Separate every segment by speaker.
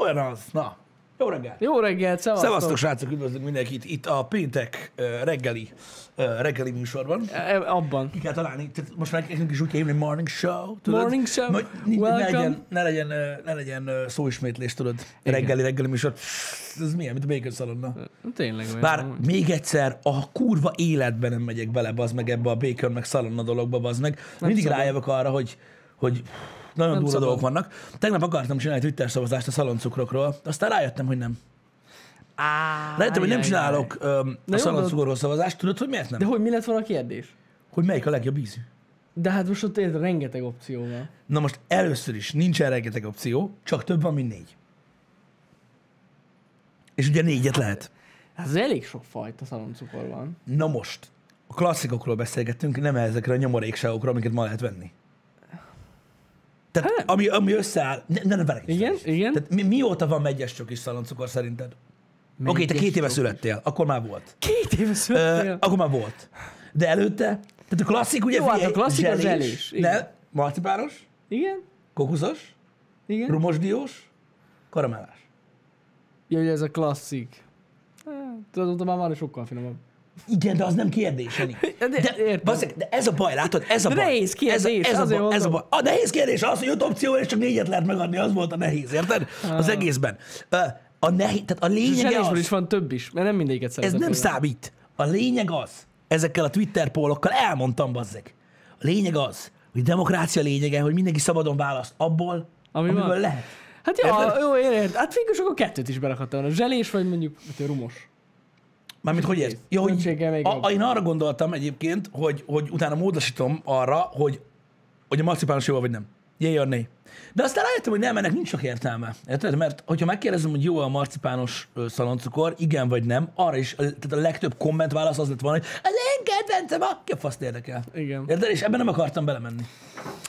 Speaker 1: Olyan az. Na, jó reggelt.
Speaker 2: Jó reggelt, szevasztok.
Speaker 1: Szevasztok, srácok, üdvözlünk mindenkit itt a péntek ö, reggeli, ö, reggeli műsorban.
Speaker 2: E- Abban.
Speaker 1: Ki kell találni, tehát most már nekünk is úgy kell hívni, morning show, tudod?
Speaker 2: Morning show,
Speaker 1: Hogy ne, ne,
Speaker 2: welcome.
Speaker 1: legyen, ne, legyen, ö, ne legyen ö, szóismétlés, tudod?
Speaker 2: Igen.
Speaker 1: Reggeli, reggeli műsor. Ez milyen, mint a Bacon Szalonna.
Speaker 2: Hát Tényleg olyan.
Speaker 1: Bár
Speaker 2: amúgy.
Speaker 1: még egyszer a kurva életben nem megyek bele, bazd meg ebbe a Bacon meg Szalonna dologba, bazd meg. Mindig
Speaker 2: szabad.
Speaker 1: rájövök arra, hogy, hogy nagyon
Speaker 2: Nem
Speaker 1: durva
Speaker 2: szabad.
Speaker 1: dolgok vannak. Tegnap akartam csinálni egy Twitter szavazást a szaloncukrokról, aztán rájöttem, hogy nem.
Speaker 2: Á,
Speaker 1: Rájöttem, hogy nem
Speaker 2: jaj,
Speaker 1: csinálok öm, a
Speaker 2: jó,
Speaker 1: szaloncukrokról szavazást. Tudod, hogy miért nem?
Speaker 2: jaj. De hogy mi lett volna a kérdés?
Speaker 1: Hogy melyik a legjobb ízű?
Speaker 2: De hát most ott érted, rengeteg opció van.
Speaker 1: Na most először is nincsen rengeteg opció, csak több van, mint négy. És ugye négyet lehet.
Speaker 2: Hát ez elég sok fajta szaloncukor van.
Speaker 1: Na most, a klasszikokról beszélgettünk, nem ezekre a nyomorékságokra, amiket ma lehet venni. Tehát
Speaker 2: Hát
Speaker 1: ami, ami összeáll, ne, ne, ne verek is
Speaker 2: Igen,
Speaker 1: fel is.
Speaker 2: igen.
Speaker 1: Tehát mi, mióta van megyes csok és szaloncukor szerinted? Oké, okay, te
Speaker 2: Megyes
Speaker 1: két éve
Speaker 2: csokis.
Speaker 1: születtél, akkor már volt.
Speaker 2: Két éve
Speaker 1: Ö,
Speaker 2: születtél.
Speaker 1: akkor már volt. De előtte, tehát a klasszik ugye
Speaker 2: Jó, hát a
Speaker 1: figyelj,
Speaker 2: klasszik az zselés, igen.
Speaker 1: Ne, marcipános,
Speaker 2: Igen?
Speaker 1: kokuszos,
Speaker 2: Igen?
Speaker 1: rumosdiós, karamellás.
Speaker 2: Ja, ugye ez a klasszik. Hát, Tudod, ott már már sokkal finomabb.
Speaker 1: Igen, de az nem kérdés, Jani.
Speaker 2: De- értem.
Speaker 1: bazzeg, de ez a baj, látod? Ez a
Speaker 2: De
Speaker 1: baj.
Speaker 2: nehéz kérdés,
Speaker 1: ez, ez, a
Speaker 2: azért
Speaker 1: baj, ez a baj.
Speaker 2: mondom.
Speaker 1: A nehéz kérdés az, hogy öt opció, és csak négyet lehet megadni, az volt a nehéz, érted? Az egészben. Ö, A, nehéz, tehát a lényeg
Speaker 2: Ah. Zselésből
Speaker 1: az,
Speaker 2: is van több is, mert nem mindegyiket
Speaker 1: ez
Speaker 2: szeretem.
Speaker 1: nem
Speaker 2: például.
Speaker 1: számít. A lényeg az, ezekkel a Twitter pólokkal elmondtam, bazzeg. A lényeg az, hogy demokrácia lényege, hogy mindenki szabadon választ abból,
Speaker 2: Ami
Speaker 1: amiből
Speaker 2: van.
Speaker 1: lehet.
Speaker 2: Hát jó,
Speaker 1: Érted?
Speaker 2: jó, érted. Hát végül akkor kettőt is berakhattam volna. Zselés vagy mondjuk hát, rumos.
Speaker 1: Mármint hogy ez? Ja, hogy
Speaker 2: Különbséggel még
Speaker 1: a,
Speaker 2: jobb.
Speaker 1: én arra gondoltam egyébként, hogy, hogy utána módosítom arra, hogy, hogy a marcipános jó vagy nem. Jé, or nay. De aztán rájöttem, hogy nem, ennek nincs sok értelme. Érted? Mert hogyha megkérdezem, hogy jó a marcipános ö, szaloncukor, igen vagy nem, arra is, ö, tehát a legtöbb komment válasz az lett volna, hogy az én kedvencem, a ki a faszt érdekel.
Speaker 2: Igen.
Speaker 1: Érted? És ebben nem akartam belemenni.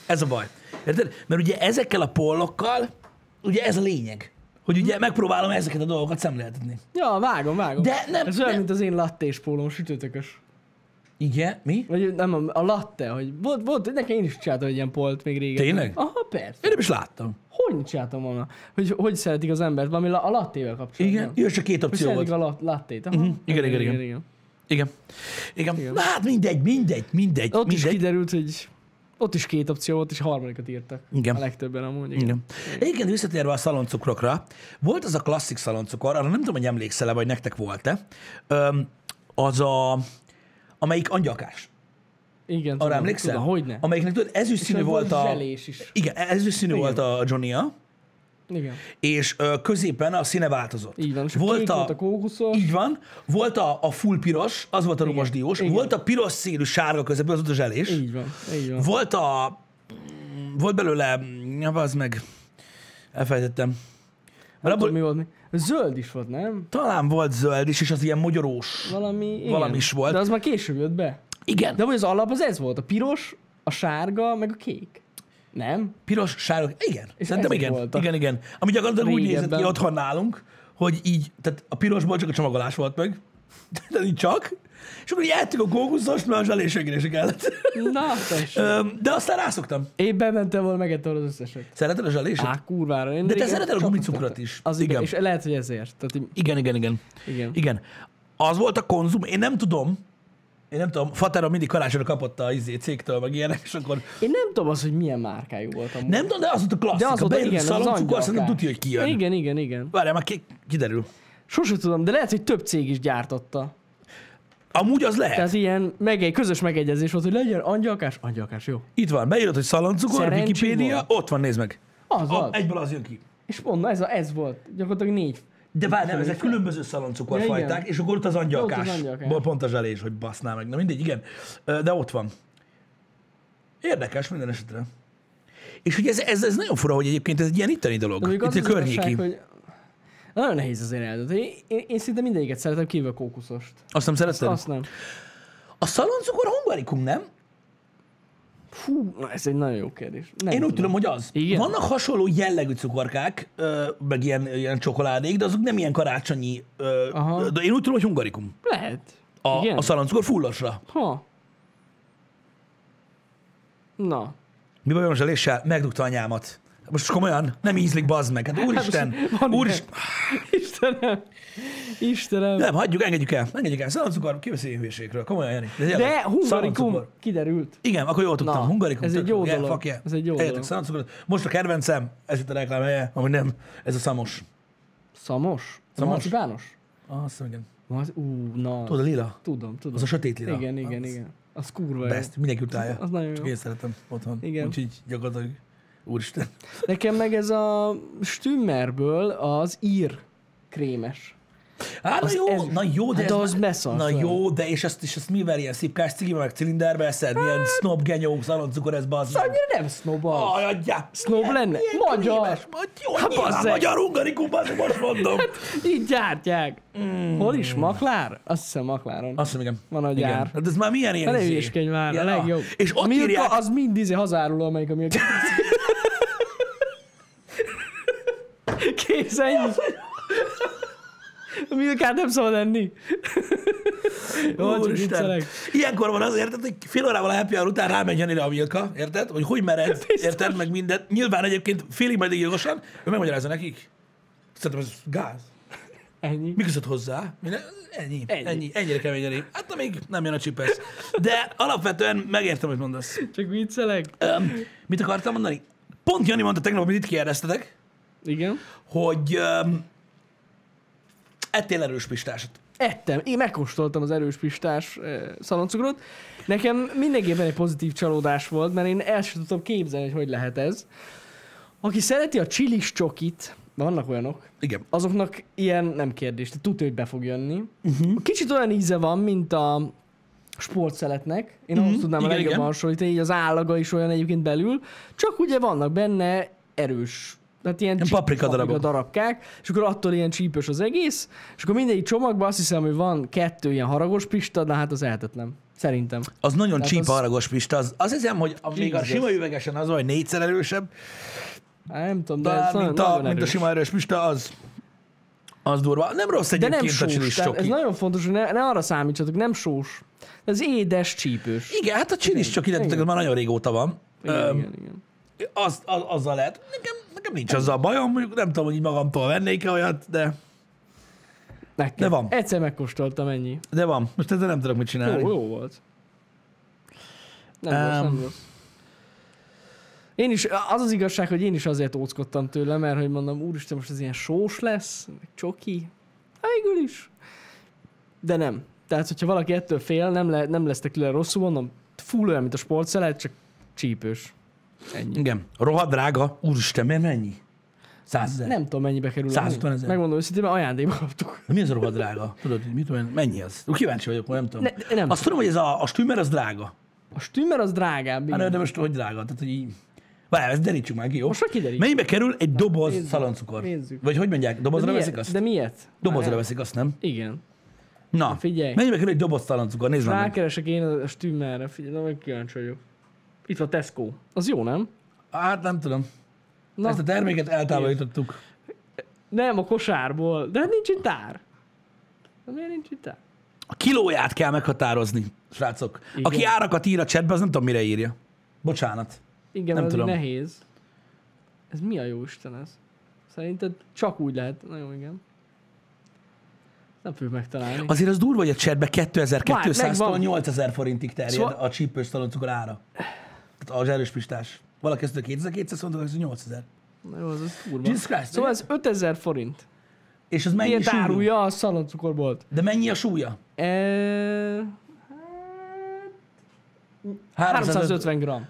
Speaker 1: Ez a baj. Érted? Mert ugye ezekkel a pollokkal, ugye ez a lényeg. Hogy ugye megpróbálom ezeket a dolgokat szemléltetni.
Speaker 2: Ja, vágom, vágom.
Speaker 1: De nem-
Speaker 2: Ez olyan,
Speaker 1: nem-
Speaker 2: mint az én lattés pólom, sütőtökös.
Speaker 1: Igen, mi?
Speaker 2: Vagy nem, a latte, hogy volt, volt, nekem én is csináltam egy ilyen polt még régen.
Speaker 1: Tényleg?
Speaker 2: Aha, persze.
Speaker 1: Én nem is láttam.
Speaker 2: Hogy csináltam volna? Hogy, hogy szeretik az embert, valami la- a lattével kapcsolatban.
Speaker 1: Igen, jó, csak két
Speaker 2: Hogy
Speaker 1: opció
Speaker 2: szeretik a
Speaker 1: volt. Mhm.
Speaker 2: lat- lattét. Aha.
Speaker 1: igen, igen, igen. Igen. Igen. Na hát mindegy, mindegy, mindegy.
Speaker 2: Ott is
Speaker 1: mindegy.
Speaker 2: kiderült, hogy ott is két opció volt, és harmadikat írtak.
Speaker 1: Igen.
Speaker 2: A legtöbben amúgy.
Speaker 1: igen. Egyébként visszatérve a szaloncukrokra, volt az a klasszik szaloncukor, arra nem tudom, hogy emlékszel-e, vagy nektek volt-e, Öm, az a, amelyik angyalkás.
Speaker 2: Igen,
Speaker 1: Arra
Speaker 2: tudom,
Speaker 1: emlékszel?
Speaker 2: Tudom, hogyne.
Speaker 1: Amelyiknek tudod, ezüstszínű
Speaker 2: És
Speaker 1: volt
Speaker 2: volt
Speaker 1: a...
Speaker 2: zselés is.
Speaker 1: Igen, ezüstszínű
Speaker 2: Igen.
Speaker 1: volt a Johnny-a,
Speaker 2: Igen.
Speaker 1: és ö, középen a színe változott.
Speaker 2: Így van. És volt a
Speaker 1: volt
Speaker 2: kék volt
Speaker 1: a,
Speaker 2: a kókuszos.
Speaker 1: Így van. Volt a, a full piros, az volt a rumos diós,
Speaker 2: Igen.
Speaker 1: volt a piros színű sárga közepén, az volt a zselés.
Speaker 2: Így van. Így van.
Speaker 1: Volt a... Volt belőle... Ja, az meg... Elfelejtettem.
Speaker 2: Nem
Speaker 1: Mert
Speaker 2: tudom,
Speaker 1: abból
Speaker 2: mi volt mi. Zöld is volt, nem?
Speaker 1: talán volt zöld is, és az ilyen magyarós.
Speaker 2: Valami, igen.
Speaker 1: Valami is volt.
Speaker 2: De az már később jött be.
Speaker 1: Igen.
Speaker 2: De
Speaker 1: De
Speaker 2: hogy az alap az ez volt, a piros, a sárga, meg a kék. Nem?
Speaker 1: piros, sárga. Igen.
Speaker 2: És
Speaker 1: Szerintem
Speaker 2: ezek
Speaker 1: igen.
Speaker 2: voltak.
Speaker 1: Igen, igen. Ami gyakorlatilag úgy
Speaker 2: Régebben.
Speaker 1: nézett ki otthon nálunk, hogy így, tehát a pirosból csak a csomagolás volt meg. De így csak. És akkor így ettük a kókuszost, mert a zselé segíteni se kellett.
Speaker 2: Na, tessék.
Speaker 1: Öm, De aztán rászoktam.
Speaker 2: Én bementem volna, megettem az összeset.
Speaker 1: Szereted a zselését?
Speaker 2: Á, kurvára. Én
Speaker 1: De te
Speaker 2: régen
Speaker 1: szereted a
Speaker 2: csak
Speaker 1: gumicukrot
Speaker 2: azt
Speaker 1: is.
Speaker 2: Az igen.
Speaker 1: Igen.
Speaker 2: És lehet, hogy ezért. Tehát, így-
Speaker 1: Igen, igen, igen.
Speaker 2: igen.
Speaker 1: Igen. Az volt a konzum, én nem tudom, én nem tudom, Fatera mindig karácsonyra kapott a izé cégtől, meg ilyenek, és akkor
Speaker 2: Én nem tudom az, hogy milyen márkájú volt amúgy.
Speaker 1: nem tudom, de az volt a klasszik,
Speaker 2: De az
Speaker 1: a
Speaker 2: volt,
Speaker 1: bejön
Speaker 2: igen,
Speaker 1: a
Speaker 2: az az
Speaker 1: szaloncukor, szerintem
Speaker 2: angyalkás.
Speaker 1: tudja, hogy kijön. Igen.
Speaker 2: Igen, igen, igen.
Speaker 1: Várjál, már ki, kiderül.
Speaker 2: Sose tudom, de lehet, hogy több cég is gyártotta.
Speaker 1: Amúgy az lehet.
Speaker 2: Tehát ilyen mege- közös megegyezés volt, hogy legyen angyalkás, angyalkás, jó.
Speaker 1: Itt van, beírod, hogy szaloncukor,
Speaker 2: Szerencsi
Speaker 1: Wikipédia,
Speaker 2: volt.
Speaker 1: ott van, nézd meg.
Speaker 2: Az
Speaker 1: A,
Speaker 2: volt.
Speaker 1: egyből az jön ki.
Speaker 2: És mondom, ez, a, ez volt. Gyakorlatilag négy.
Speaker 1: De várj, nem, ezek különböző szaloncukorfajták,
Speaker 2: Ja,
Speaker 1: fajták,
Speaker 2: igen.
Speaker 1: és akkor ott az angyalkás.
Speaker 2: Ott az angyalkás.
Speaker 1: Ból pont a zselés, hogy basznál meg. Na mindegy, igen. Ö, De ott van. Érdekes minden esetre. És ugye ez, ez, ez nagyon fura, hogy egyébként ez egy ilyen itteni dolog.
Speaker 2: mondjuk
Speaker 1: Itt
Speaker 2: az
Speaker 1: a
Speaker 2: az igazság,
Speaker 1: környéki.
Speaker 2: hogy nagyon nehéz azért eldönteni. Én, én, én szinte mindegyiket szeretem, kívül a kókuszost.
Speaker 1: Azt nem szereted?
Speaker 2: Azt nem.
Speaker 1: A szaloncukor hungarikum, nem?
Speaker 2: Fú, na ez egy nagyon jó kérdés. Nem
Speaker 1: Én úgy tudom, hogy az.
Speaker 2: Igen?
Speaker 1: Vannak hasonló jellegű cukorkák, ö, meg ilyen, ilyen csokoládék, de azok nem ilyen karácsonyi. ö,
Speaker 2: Aha.
Speaker 1: De én úgy tudom, hogy hungarikum.
Speaker 2: Lehet.
Speaker 1: A,
Speaker 2: Igen?
Speaker 1: a szaloncukor fullosra.
Speaker 2: Ha. Na.
Speaker 1: Mi baj van a zseléssel? Megdugta anyámat. Most komolyan, nem ízlik, bazd meg. Hát úristen,
Speaker 2: most van
Speaker 1: úristen.
Speaker 2: Istenem. Istenem.
Speaker 1: Nem, hagyjuk, engedjük el, engedjük el. Szalancukor, kibeszéljünk hülyeségről, komolyan, Jani. De, tényleg,
Speaker 2: De hungarikum
Speaker 1: szalancukor.
Speaker 2: kiderült.
Speaker 1: Igen, akkor jól tudtam.
Speaker 2: Na,
Speaker 1: hungarikum.
Speaker 2: ez
Speaker 1: tök
Speaker 2: egy jó
Speaker 1: yeah,
Speaker 2: dolog.
Speaker 1: Fuck yeah.
Speaker 2: Ez egy jó
Speaker 1: Egyetek
Speaker 2: dolog.
Speaker 1: szalancukrot. Most a kedvencem, ez itt a reklám helye, amúgy nem, ez a szamos.
Speaker 2: Szamos?
Speaker 1: Szamos.
Speaker 2: Marcipános?
Speaker 1: Ah, azt hiszem, igen.
Speaker 2: Az, ú, na.
Speaker 1: Tudod, a lila?
Speaker 2: Tudom, tudom.
Speaker 1: Az a sötét lila.
Speaker 2: Igen, igen,
Speaker 1: Az
Speaker 2: igen. Az kurva jó.
Speaker 1: Best, mindenki utálja.
Speaker 2: Az nagyon
Speaker 1: Csak
Speaker 2: jó.
Speaker 1: én szeretem otthon.
Speaker 2: Igen.
Speaker 1: Úgyhogy gyakorlatilag, úristen.
Speaker 2: Nekem meg ez a stümmerből az ír krémes.
Speaker 1: Hát, na
Speaker 2: Az
Speaker 1: jó,
Speaker 2: ez-
Speaker 1: na jó, de,
Speaker 2: hát az beszarsz
Speaker 1: Na
Speaker 2: olyan.
Speaker 1: jó, de és ezt, és ezt mivel ilyen szipkás cigibe, meg cilinderbe eszed?
Speaker 2: Hát-
Speaker 1: Milyen snob genyó, szaloncukor ez bazd meg.
Speaker 2: Annyira nem snob az.
Speaker 1: Aj, adjál!
Speaker 2: Snob lenne? Magyar.
Speaker 1: krémes, vagy Jó,
Speaker 2: Hát
Speaker 1: hát nyilván
Speaker 2: bazzeg. Hát-
Speaker 1: magyar hungarikum, bazzeg, most mondom.
Speaker 2: Így gyártják.
Speaker 1: Mm.
Speaker 2: Hol is? Maklár? Azt hiszem Makláron.
Speaker 1: Azt hiszem, igen.
Speaker 2: Van a
Speaker 1: Igen.
Speaker 2: gyár.
Speaker 1: Hát ez már milyen ilyen
Speaker 2: A
Speaker 1: izé?
Speaker 2: hülyéskedj már, a
Speaker 1: Ilyen,
Speaker 2: legjobb.
Speaker 1: És
Speaker 2: a
Speaker 1: ott
Speaker 2: Milka
Speaker 1: írják,
Speaker 2: az mind izé hazárul, amelyik a Milka. Kész, ennyi. A Milkát nem szabad enni. Jó, csak
Speaker 1: Úristen.
Speaker 2: viccelek.
Speaker 1: Ilyenkor van az, érted, hogy fél órával a happy hour után rámegy Janira a Milka, érted? Hogy hogy mered, érted, meg mindent. Nyilván egyébként félig meddig jogosan, ő megmagyarázza nekik. Szerintem ez gáz.
Speaker 2: Ennyi.
Speaker 1: Mi között hozzá? Minden, ennyi, ennyi,
Speaker 2: Ennyi.
Speaker 1: ennyi, ennyire kemény elé. Hát amíg nem jön a csipesz. De alapvetően megértem, hogy mondasz.
Speaker 2: Csak viccelek.
Speaker 1: Öm, mit akartam mondani? Pont Jani mondta tegnap, amit itt kérdeztetek,
Speaker 2: Igen.
Speaker 1: hogy öm, ettél erős pistásot.
Speaker 2: Ettem. Én megkóstoltam az erős pistás eh, szaloncukrot. Nekem mindenképpen egy pozitív csalódás volt, mert én el sem tudtam képzelni, hogy hogy lehet ez. Aki szereti a csilis csokit, vannak olyanok,
Speaker 1: Igen.
Speaker 2: azoknak ilyen nem kérdés, de tudja, hogy be fog jönni.
Speaker 1: Mhm.
Speaker 2: Uh-huh. Kicsit olyan íze van, mint a sportszeletnek. Én uh-huh. ahhoz tudnám
Speaker 1: Mhm. Igen,
Speaker 2: a legjobban
Speaker 1: igen.
Speaker 2: hasonlítani, így az állaga is olyan egyébként belül, csak ugye vannak benne erős tehát ilyen csípős
Speaker 1: paprika darabok.
Speaker 2: darabkák, és akkor attól ilyen csípős az egész, és akkor mindegyik csomagban azt hiszem, hogy van kettő ilyen haragos pista, de hát az lehetetlen. Szerintem.
Speaker 1: Az nagyon
Speaker 2: Tehát
Speaker 1: csípa
Speaker 2: Hát az-
Speaker 1: haragos pista. Az, az hiszem, hogy a, még a
Speaker 2: Jesus.
Speaker 1: sima üvegesen az, hogy négyszer erősebb,
Speaker 2: Hát nem tudom, de ez
Speaker 1: talán,
Speaker 2: nagyon,
Speaker 1: mint,
Speaker 2: nagyon
Speaker 1: a, mint a
Speaker 2: erős.
Speaker 1: sima erős pista, az, az durva. Nem rossz
Speaker 2: de nem
Speaker 1: egyébként a
Speaker 2: sós.
Speaker 1: csilis
Speaker 2: Tehát ez
Speaker 1: csoki.
Speaker 2: nagyon fontos, hogy ne, ne arra számítsatok, nem sós. Ez édes csípős.
Speaker 1: Igen, hát a csilis csoki, de tudjátok, az már nagyon régóta van.
Speaker 2: Igen,
Speaker 1: Öm,
Speaker 2: igen, igen.
Speaker 1: az, az, azzal lehet. Nekem, nekem nincs azzal bajom, mondjuk nem tudom, hogy így magamtól vennék-e olyat, de,
Speaker 2: Nekem.
Speaker 1: De van.
Speaker 2: Egyszer megkóstoltam ennyi.
Speaker 1: de van. Most ezzel nem tudok mit
Speaker 2: Jó,
Speaker 1: csinálni.
Speaker 2: jó volt. Nem um, rossz,
Speaker 1: Em.
Speaker 2: nem rossz. Én is, az az igazság, hogy én is azért óckodtam tőle, mert hogy mondom, úristen, most ez ilyen sós lesz, meg csoki. Hát végül is. De nem. Tehát, hogyha valaki ettől fél, nem, le, nem lesz tőle rosszul, mondom, full olyan, mint a sportszelet, csak csípős. Ennyi.
Speaker 1: Igen. Rohadt drága. Úristen, miért mennyi? 100 ezer.
Speaker 2: Nem tudom, mennyibe kerül.
Speaker 1: 150 ezer.
Speaker 2: Megmondom őszintén, mert ajándékba kaptuk.
Speaker 1: Mi az a rohadt drága? Tudod, hogy mit tudom én? Mennyi az? Ú, Kíváncsi vagyok, nem tudom.
Speaker 2: Ne- nem
Speaker 1: Azt tudom, hogy ez a, a stümmer az drága.
Speaker 2: A stümmer az drágább.
Speaker 1: Hát
Speaker 2: igen.
Speaker 1: de most hogy drága? Tehát, hogy így... Várjál, ezt derítsük már ki, jó?
Speaker 2: Most már kiderít.
Speaker 1: Mennyibe kerül egy doboz
Speaker 2: nézzük,
Speaker 1: szaloncukor?
Speaker 2: nézzük.
Speaker 1: Vagy hogy mondják?
Speaker 2: de
Speaker 1: Dobozra
Speaker 2: miért?
Speaker 1: veszik azt?
Speaker 2: De miért?
Speaker 1: Dobozra
Speaker 2: Már-
Speaker 1: veszik azt, nem?
Speaker 2: Igen.
Speaker 1: Na,
Speaker 2: figyelj.
Speaker 1: Mennyibe kerül egy doboz szaloncukor? Nézd már meg.
Speaker 2: Rákeresek én a stümmerre, figyelj, de meg kíváncsi vagyok. Itt van Tesco. Az jó, nem?
Speaker 1: Hát nem tudom.
Speaker 2: Na,
Speaker 1: Ezt a terméket eltávolítottuk.
Speaker 2: nem, a kosárból. De hát nincs itt ár. De miért nincs itt ár?
Speaker 1: A kilóját kell meghatározni, srácok. Igen. Aki
Speaker 2: Igen.
Speaker 1: árakat ír a chatbe, az nem tudom, mire írja. Bocsánat.
Speaker 2: Igen,
Speaker 1: Nem
Speaker 2: nem tudom.
Speaker 1: tudom.
Speaker 2: nehéz. Ez mi a jó Isten ez? Szerinted csak úgy lehet. Na jó, igen. Nem fogjuk megtalálni. Az...
Speaker 1: Azért az durva, hogy a chatbe
Speaker 2: Várj,
Speaker 1: 2200-tól
Speaker 2: megvan.
Speaker 1: 8000 forintig terjed
Speaker 2: Szóval-
Speaker 1: a csípős szaloncukor ára. Tehát a zserős pistás. Valaki ezt mondja, 2200, mondok, hogy 8000.
Speaker 2: Na jó, az, az durva.
Speaker 1: Jesus Christ,
Speaker 2: szóval
Speaker 1: ugye?
Speaker 2: ez 5000 forint.
Speaker 1: És az mennyi
Speaker 2: Miért
Speaker 1: súlyú?
Speaker 2: árulja a szaloncukorbolt?
Speaker 1: De mennyi a súlya?
Speaker 2: E... 350 Eh, gram.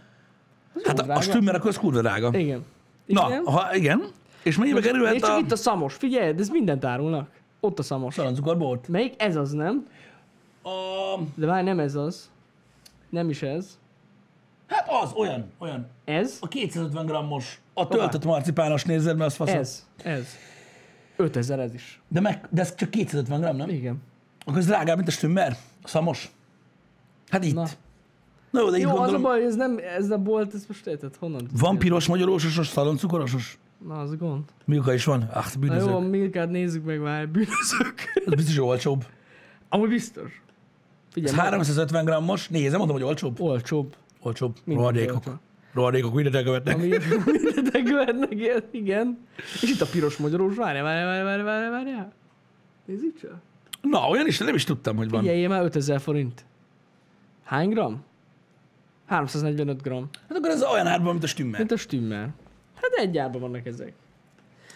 Speaker 1: Hát a, a
Speaker 2: drága.
Speaker 1: stümmer akkor az kurva drága.
Speaker 2: Igen.
Speaker 1: Na,
Speaker 2: Igen.
Speaker 1: ha igen. És mennyibe kerülhet
Speaker 2: Miért csak
Speaker 1: a
Speaker 2: itt a szamos? Figyelj, de ez mindent árulnak. Ott a szamos.
Speaker 1: szaloncukorbolt?
Speaker 2: Melyik? Ez az, nem?
Speaker 1: A...
Speaker 2: De várj, nem ez az. Nem is ez.
Speaker 1: Hát az, olyan, olyan.
Speaker 2: Ez?
Speaker 1: A 250 grammos, a töltött marcipános nézed, mert az faszom.
Speaker 2: Ez. Ez. 5000 ez is.
Speaker 1: De, meg, de ez csak 250 gram, nem?
Speaker 2: Igen.
Speaker 1: Akkor ez drágább, mint a stümmer? A szamos? Hát itt. Na,
Speaker 2: Na.
Speaker 1: Na jó, de itt
Speaker 2: Jó, az a
Speaker 1: gondolom,
Speaker 2: baj, hogy ez nem, ez a bolt, ez most érted, honnan? tudsz
Speaker 1: van
Speaker 2: ilyen?
Speaker 1: piros, magyarósosos, szaloncukorosos?
Speaker 2: Na, az a gond.
Speaker 1: Milka is van? Ah,
Speaker 2: Na jó, a
Speaker 1: bűnözők.
Speaker 2: Milkát nézzük meg már, bűnözők.
Speaker 1: Ez biztos olcsóbb.
Speaker 2: Amúgy biztos.
Speaker 1: Ez
Speaker 2: Figyelj, meg-
Speaker 1: 350 grammos. Nézd, nem mondom, hogy olcsóbb.
Speaker 2: olcsóbb.
Speaker 1: Olcsóbb.
Speaker 2: Mindenki
Speaker 1: Rohadékok.
Speaker 2: olcsó.
Speaker 1: Rohadékok mindent elkövetnek.
Speaker 2: ami mindent elkövetnek, igen, igen. És itt a piros magyarós, várjál, várjál, várjál, várjál, várjál, várjál. Nézzük csak.
Speaker 1: Na, olyan is, nem is tudtam, hogy van.
Speaker 2: Figyeljél már 5000 forint. Hány gram? 345 gram.
Speaker 1: Hát akkor ez olyan árban, mint a stümmel.
Speaker 2: Mint a stümmel. Hát egy árban vannak ezek.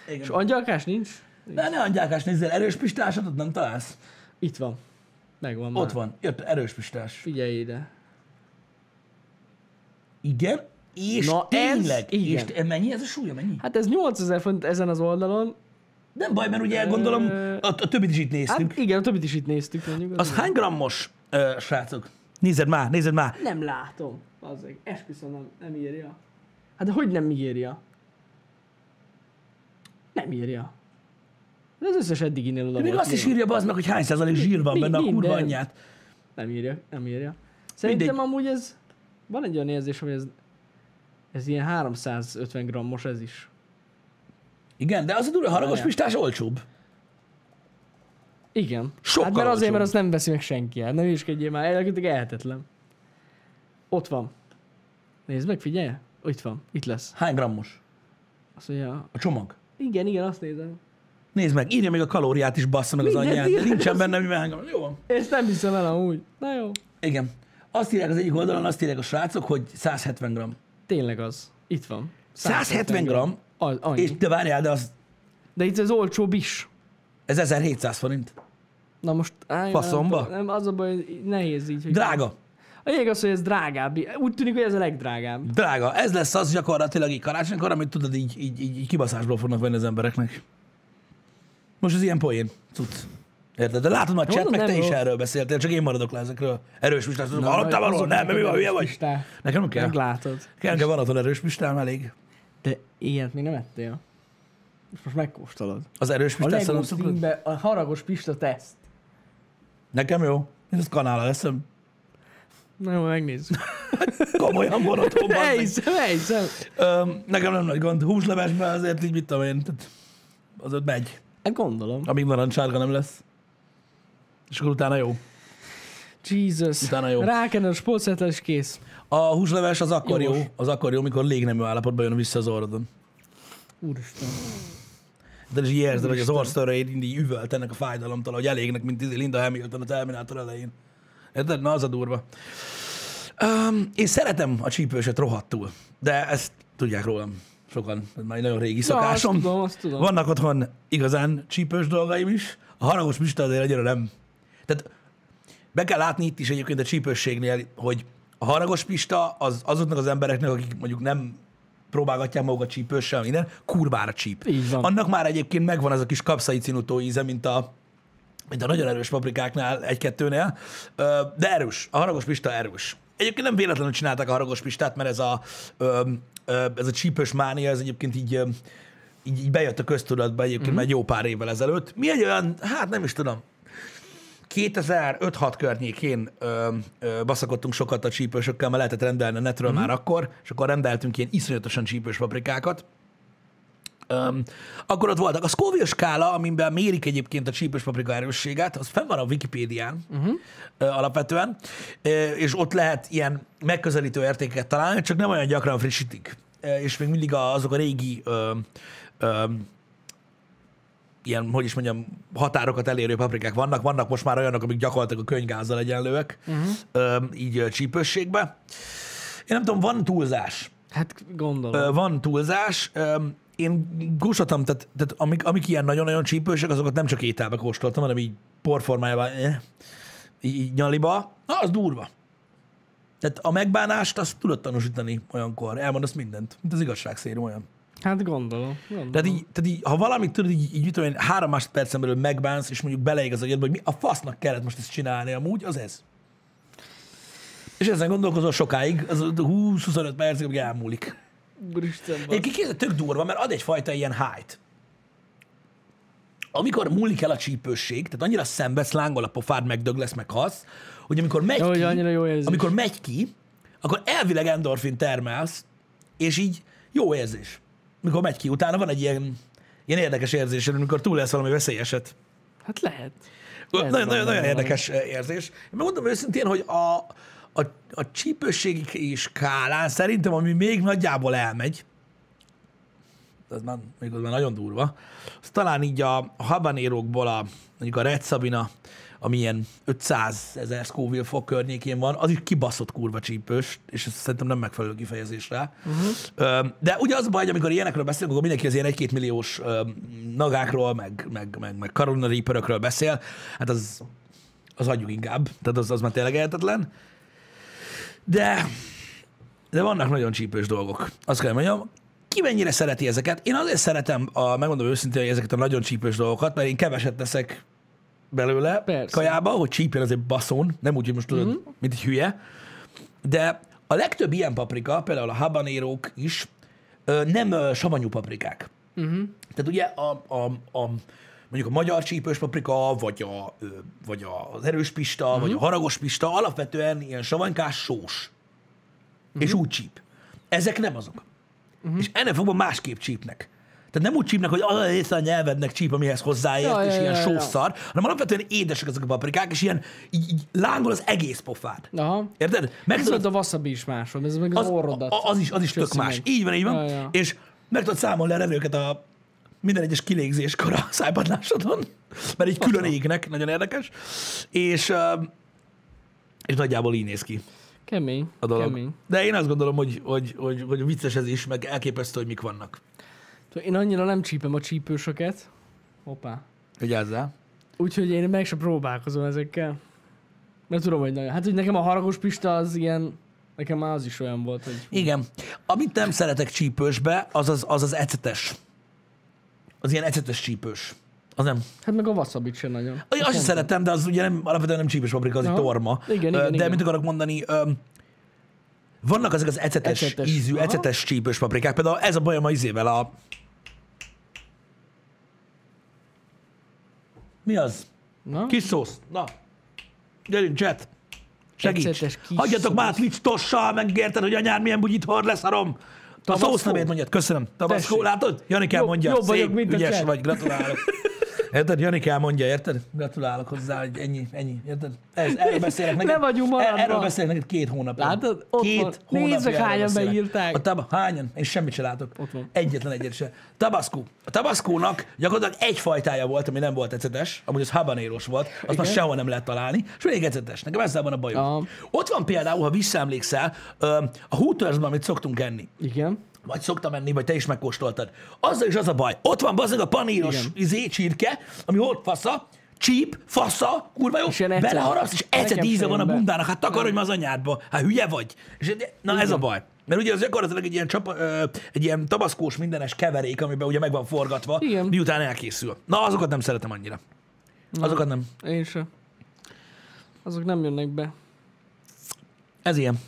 Speaker 1: Igen.
Speaker 2: És angyalkás nincs?
Speaker 1: De ne angyákás nézzel, erős pistásat nem találsz.
Speaker 2: Itt van. Megvan már.
Speaker 1: Ott van, jött erős pistás.
Speaker 2: Figyelj ide.
Speaker 1: Igen, és
Speaker 2: Na,
Speaker 1: Na
Speaker 2: ez-
Speaker 1: tényleg, ez, és
Speaker 2: igen.
Speaker 1: te- mennyi ez a súlya, mennyi?
Speaker 2: Hát ez 8000 forint ezen az oldalon.
Speaker 1: Nem baj, mert ugye gondolom,
Speaker 2: Ö,
Speaker 1: a, a többit is itt néztük.
Speaker 2: Hát igen, a többit is itt néztük mondjuk.
Speaker 1: Az hány grammos, ö, srácok? Nézed már, nézed már.
Speaker 2: Nem látom. Azzeg, esküszöm nem, nem írja. Hát de hogy nem írja? Nem írja. De az összes eddiginél oda
Speaker 1: De még
Speaker 2: volt
Speaker 1: azt is
Speaker 2: írva.
Speaker 1: írja be aznak, hogy hány százalék zsír van
Speaker 2: mi-
Speaker 1: benne a kurva
Speaker 2: minden.
Speaker 1: anyját.
Speaker 2: Nem írja, nem írja. Szerintem
Speaker 1: Mindegy.
Speaker 2: amúgy ez, van egy olyan érzés, hogy ez, ez ilyen 350 grammos ez is.
Speaker 1: Igen, de az a durva haragos
Speaker 2: Várjál.
Speaker 1: pistás olcsóbb.
Speaker 2: Igen.
Speaker 1: Sokkal
Speaker 2: hát mert azért,
Speaker 1: olcsóbb.
Speaker 2: mert azt nem veszi meg senki el. Nem is kedjél már, egyébként elhetetlen. Ott van. Nézd meg, figyelj! Itt van, itt lesz.
Speaker 1: Hány grammos?
Speaker 2: Azt mondja,
Speaker 1: A csomag.
Speaker 2: igen, igen, azt nézem.
Speaker 1: Nézd meg, írja még a kalóriát is, bassza meg az
Speaker 2: Mindent
Speaker 1: anyját.
Speaker 2: írja.
Speaker 1: Nincsen benne, mi hány grammos. Jó van.
Speaker 2: Ezt nem hiszem el amúgy. Na jó.
Speaker 1: Igen. Azt írják az egyik oldalon, azt írják a srácok, hogy 170 gram.
Speaker 2: Tényleg az. Itt van.
Speaker 1: 170 gram,
Speaker 2: Az, annyi.
Speaker 1: és de várjál, de az,
Speaker 2: De itt az olcsóbb is.
Speaker 1: ez 1700 forint.
Speaker 2: Na most... Áj,
Speaker 1: Faszomba?
Speaker 2: Nem, tudom, nem, az a baj, hogy nehéz így. Hogy
Speaker 1: Drága,
Speaker 2: A lényeg az, hogy ez drágább. Úgy tűnik, hogy ez a legdrágább.
Speaker 1: drága. Ez lesz az gyakorlatilag így karácsonykor, amit tudod, így, így, így, így kibaszásból fognak venni az embereknek. Most az ilyen poén, cucc. Érted? De látod már a chat, meg
Speaker 2: Mondom,
Speaker 1: te
Speaker 2: nem
Speaker 1: is
Speaker 2: rossz.
Speaker 1: erről beszéltél, csak én maradok le ezekről. Erős mistát, tudom, hallottál
Speaker 2: azok
Speaker 1: arról? Nem, mert mi van,
Speaker 2: neked
Speaker 1: hülye vagy?
Speaker 2: Isten,
Speaker 1: Nekem nem kell.
Speaker 2: Meglátod.
Speaker 1: Kell, nekem van otthon erős mistám elég.
Speaker 2: De ilyet még nem ettél. És most megkóstolod.
Speaker 1: Az erős
Speaker 2: A
Speaker 1: mistát
Speaker 2: Lego
Speaker 1: szerintem cukrot.
Speaker 2: streambe a haragos pista teszt.
Speaker 1: Nekem jó. Én ezt kanállal leszem.
Speaker 2: Na jó, megnézzük.
Speaker 1: Komolyan van otthon. bazd meg.
Speaker 2: Elhiszem, elhiszem.
Speaker 1: Öm, nekem nem nagy gond. Húslevesben azért így mit tudom én, tehát az ott megy,
Speaker 2: Hát gondolom.
Speaker 1: amíg narancsárga nem lesz. És akkor utána jó.
Speaker 2: Jesus.
Speaker 1: Utána jó.
Speaker 2: Rákened a sportszettel és kész.
Speaker 1: A húsleves az akkor jó,
Speaker 2: Jogos.
Speaker 1: az akkor jó, mikor légnemű állapotban jön vissza az orrodon.
Speaker 2: Úristen.
Speaker 1: De is így érzed, hogy az orszöröid mindig üvöltenek a fájdalomtól, hogy elégnek, mint izé Linda Hamilton a Terminátor elején. Érted? Na, az a durva. Um, én szeretem a csípőset rohadtul, de ezt tudják rólam sokan. Ez már egy nagyon régi szokásom.
Speaker 2: azt tudom, azt tudom.
Speaker 1: Vannak otthon igazán csípős dolgaim is. A haragos mista azért annyira nem. Tehát be kell látni itt is egyébként a csípősségnél, hogy a haragos pista az azoknak az embereknek, akik mondjuk nem próbálgatják magukat csípőssel, minden, kurvára csíp.
Speaker 2: Így van.
Speaker 1: Annak már egyébként megvan az a kis kapszaicinutó íze, mint a, mint a nagyon erős paprikáknál, egy-kettőnél, Ö, de erős. A haragos pista erős. Egyébként nem véletlenül csinálták a haragos pistát, mert ez a, ö, ö, ez a csípős mánia, ez egyébként így, ö, így, így bejött a köztudatba
Speaker 2: Mhm.
Speaker 1: egyébként már egy jó pár évvel ezelőtt. Mi egy olyan, hát nem is tudom, 2005-6 környékén ö, ö, baszakodtunk sokat a csípősökkel, mert lehetett rendelni a netről már akkor, és akkor rendeltünk ilyen iszonyatosan csípős paprikákat. Öm, akkor ott voltak. A Scoville skála, amiben mérik egyébként a csípős paprika erősséget, az fenn van a Wikipédián uh-huh. alapvetően, ö, és ott lehet ilyen megközelítő értékeket találni, csak nem olyan gyakran frissítik. Ö, És még mindig a- azok a régi ö, ö, ilyen, hogy is mondjam, határokat elérő paprikák vannak. Vannak most már olyanok, amik gyakorlatilag a könygázzal egyenlőek, uh-huh. így ö, csípősségbe. Én nem tudom, van túlzás.
Speaker 2: Hát gondolom.
Speaker 1: Ö, Van túlzás. Ö, Én kóstoltam, tehát, tehát amik, amik ilyen nagyon-nagyon csípősek, azokat nem csak ételbe kóstoltam, hanem így porformájában, eh, így, így nyaliba. Na, az durva. Tehát a megbánást azt tudod tanúsítani olyankor. Elmondasz mindent, mint az igazságszérum olyan.
Speaker 2: Hát gondolom. gondolom.
Speaker 1: Tehát így, tehát így, ha valamit tudod, így, így mit tudom én, három másodpercen belül megbánsz, és mondjuk beleég az agyadba, hogy mi a fasznak kellett most ezt csinálni amúgy, az ez. És ezen gondolkozol sokáig, az 20-25 percig, amíg elmúlik.
Speaker 2: Úristen, basz.
Speaker 1: Egyébként képzeld, tök durva, mert ad egyfajta ilyen hájt. Amikor múlik el a csípősség, tehát annyira szenvedsz, lángol a pofád, megdög lesz, meghalsz, hogy amikor megy
Speaker 2: Jó, hogy
Speaker 1: ki,
Speaker 2: annyira jó érzés.
Speaker 1: amikor megy ki, akkor elvileg endorfin termelsz, és így jó érzés. Mikor megy ki, utána van egy ilyen, ilyen érdekes érzés, amikor túl lesz valami veszélyeset.
Speaker 2: Hát lehet. Ez
Speaker 1: Nagyon-nagyon
Speaker 2: van,
Speaker 1: nagyon eh,
Speaker 2: van.
Speaker 1: érdekes érzés. Én megmondom őszintén, hogy a, a, a csípőségi skálán szerintem, ami még nagyjából elmegy, az már, még az már nagyon durva, az talán így a habanérokból a, mondjuk a Red Sabina, ami ilyen 500 ezer Scoville fok környékén van, az is kibaszott kurva csípős, és ez szerintem nem megfelelő kifejezés rá. Uh-huh. De ugye az a baj, hogy amikor ilyenekről beszélünk, akkor mindenki az ilyen 1-2 milliós ö, nagákról, meg, meg, meg, meg Carolina Reaperökről beszél, hát az, az adjuk inkább, tehát az, az már tényleg lehetetlen. De, de vannak nagyon csípős dolgok. Azt kell mondjam, ki mennyire szereti ezeket? Én azért szeretem, a, megmondom őszintén, hogy ezeket a nagyon csípős dolgokat, mert én keveset teszek belőle
Speaker 2: Persze.
Speaker 1: kajába, hogy csípjen azért baszón, nem úgy, hogy most tudod, mm-hmm. mint egy hülye. De a legtöbb ilyen paprika, például a habanérók is, ö, nem ö, savanyú paprikák. Tehát ugye a, a, a, mondjuk a magyar csípős paprika, vagy, a, ö, vagy a- az erős pista,
Speaker 2: Mhm.
Speaker 1: uh-huh. vagy a haragos pista alapvetően ilyen savanykás sós.
Speaker 2: Mhm.
Speaker 1: Uh-huh. És úgy csíp. Ezek nem azok. Uh-huh. És ennek fogva másképp csípnek. Tehát nem úgy csípnek, hogy az része a nyelvednek csíp, amihez hozzáért,
Speaker 2: Ja,
Speaker 1: és
Speaker 2: ja,
Speaker 1: ilyen
Speaker 2: ja, ja.
Speaker 1: sószar, hanem alapvetően édesek ezek a paprikák, és ilyen így, így lángol az egész pofád.
Speaker 2: Aha.
Speaker 1: Érted? Meg
Speaker 2: Ez a wasabi is máshol, ez meg az, az orrodat.
Speaker 1: a- az is, az is tök
Speaker 2: Köszi
Speaker 1: más.
Speaker 2: meg.
Speaker 1: Így van, így van.
Speaker 2: Ja, ja.
Speaker 1: És meg tudod számolni a levőket a minden egyes kilégzéskor a szájpadlásodon, mert így külön égnek, nagyon érdekes. És, ö, és nagyjából így néz ki
Speaker 2: Kemény.
Speaker 1: a dolog.
Speaker 2: Kemény.
Speaker 1: De én azt gondolom, hogy, hogy, hogy, hogy vicces ez is, meg elképesztő, hogy mik vannak.
Speaker 2: Tudod, Szóval Én annyira nem csípem a csípősöket. Hoppá.
Speaker 1: Vigyázzál.
Speaker 2: Úgyhogy én meg sem próbálkozom ezekkel. Mert tudom, hogy nagyon. Hát, hogy nekem a haragos pista az ilyen... Nekem már az is olyan volt, hogy...
Speaker 1: Igen. Amit nem szeretek csípősbe, az az, az, az ecetes. Az ilyen ecetes csípős. Az nem.
Speaker 2: Hát meg a wasabi sem nagyon.
Speaker 1: Azt sem szeretem, de az ugye nem, alapvetően nem csípős paprika, az egy
Speaker 2: Aha.
Speaker 1: torma.
Speaker 2: Igen,
Speaker 1: Ö,
Speaker 2: igen,
Speaker 1: de
Speaker 2: igen.
Speaker 1: mit akarok mondani? Öm, vannak ezek az ecetes,
Speaker 2: Ecetes.
Speaker 1: ecetes. ízű,
Speaker 2: Aha.
Speaker 1: ecetes csípős paprikák. Például ez a bajom a izével a... Mi az?
Speaker 2: Na?
Speaker 1: Kis szósz. Na. Gyerünk, chat. Segíts.
Speaker 2: Ecetes kis
Speaker 1: Hagyjatok már
Speaker 2: szósz.
Speaker 1: Twitch tossal, megérted, hogy anyár milyen bugyit hord leszarom. A
Speaker 2: Tabasco?
Speaker 1: szósz nevét mondjad, köszönöm. Tabaszkó,
Speaker 2: Tessék.
Speaker 1: látod? Janikám
Speaker 2: Jobb-
Speaker 1: mondja,
Speaker 2: jobb vagyok,
Speaker 1: szép,
Speaker 2: mint a
Speaker 1: ügyes
Speaker 2: chat.
Speaker 1: vagy, gratulálok. Érted? Janikám mondja, érted? Gratulálok hozzá, hogy ennyi, ennyi, érted? Ez, erről beszélek neked. E-
Speaker 2: Le vagyunk maradva.
Speaker 1: Erről beszélek neked két hónapja.
Speaker 2: Látod? Ott
Speaker 1: két
Speaker 2: van.
Speaker 1: hónapja
Speaker 2: Nézd meg,
Speaker 1: erről
Speaker 2: hányan
Speaker 1: beszélek.
Speaker 2: beírták.
Speaker 1: A taba, hányan? Én semmit sem látok.
Speaker 2: Ott van.
Speaker 1: Egyetlen egyet se. Tabasco. A tabaszkónak gyakorlatilag egy fajtája volt, ami nem volt ecetes, amúgy az habanéros volt, azt már
Speaker 2: Igen.
Speaker 1: sehol nem lehet találni, és még ecetes. Nekem ezzel van a bajom.
Speaker 2: Aha.
Speaker 1: Ott van például, ha visszaemlékszel, ö, a Hootersben, amit szoktunk enni
Speaker 2: Igen.
Speaker 1: vagy szoktam enni, vagy te is megkóstoltad. Azzal is az a baj. Ott van bazdmeg a paníros
Speaker 2: Igen.
Speaker 1: izé, csirke, ami ott fasza, csíp, fasza, kurva jó,
Speaker 2: És ilyen ecet.
Speaker 1: beleharapsz, és ecet
Speaker 2: Nekem
Speaker 1: íze
Speaker 2: sem
Speaker 1: van a
Speaker 2: jön be.
Speaker 1: bundának, hát takarodj már az anyádba, hát hülye vagy. És, na ez a baj. Mert ugye az gyakorlatilag egy ilyen, csapa, ö, egy ilyen tabaszkós mindenes keverék, amiben ugye meg van forgatva,
Speaker 2: Igen.
Speaker 1: miután elkészül. Na, azokat nem szeretem annyira. Azokat nem.
Speaker 2: Én sem. Azok nem jönnek be.
Speaker 1: Ez ilyen.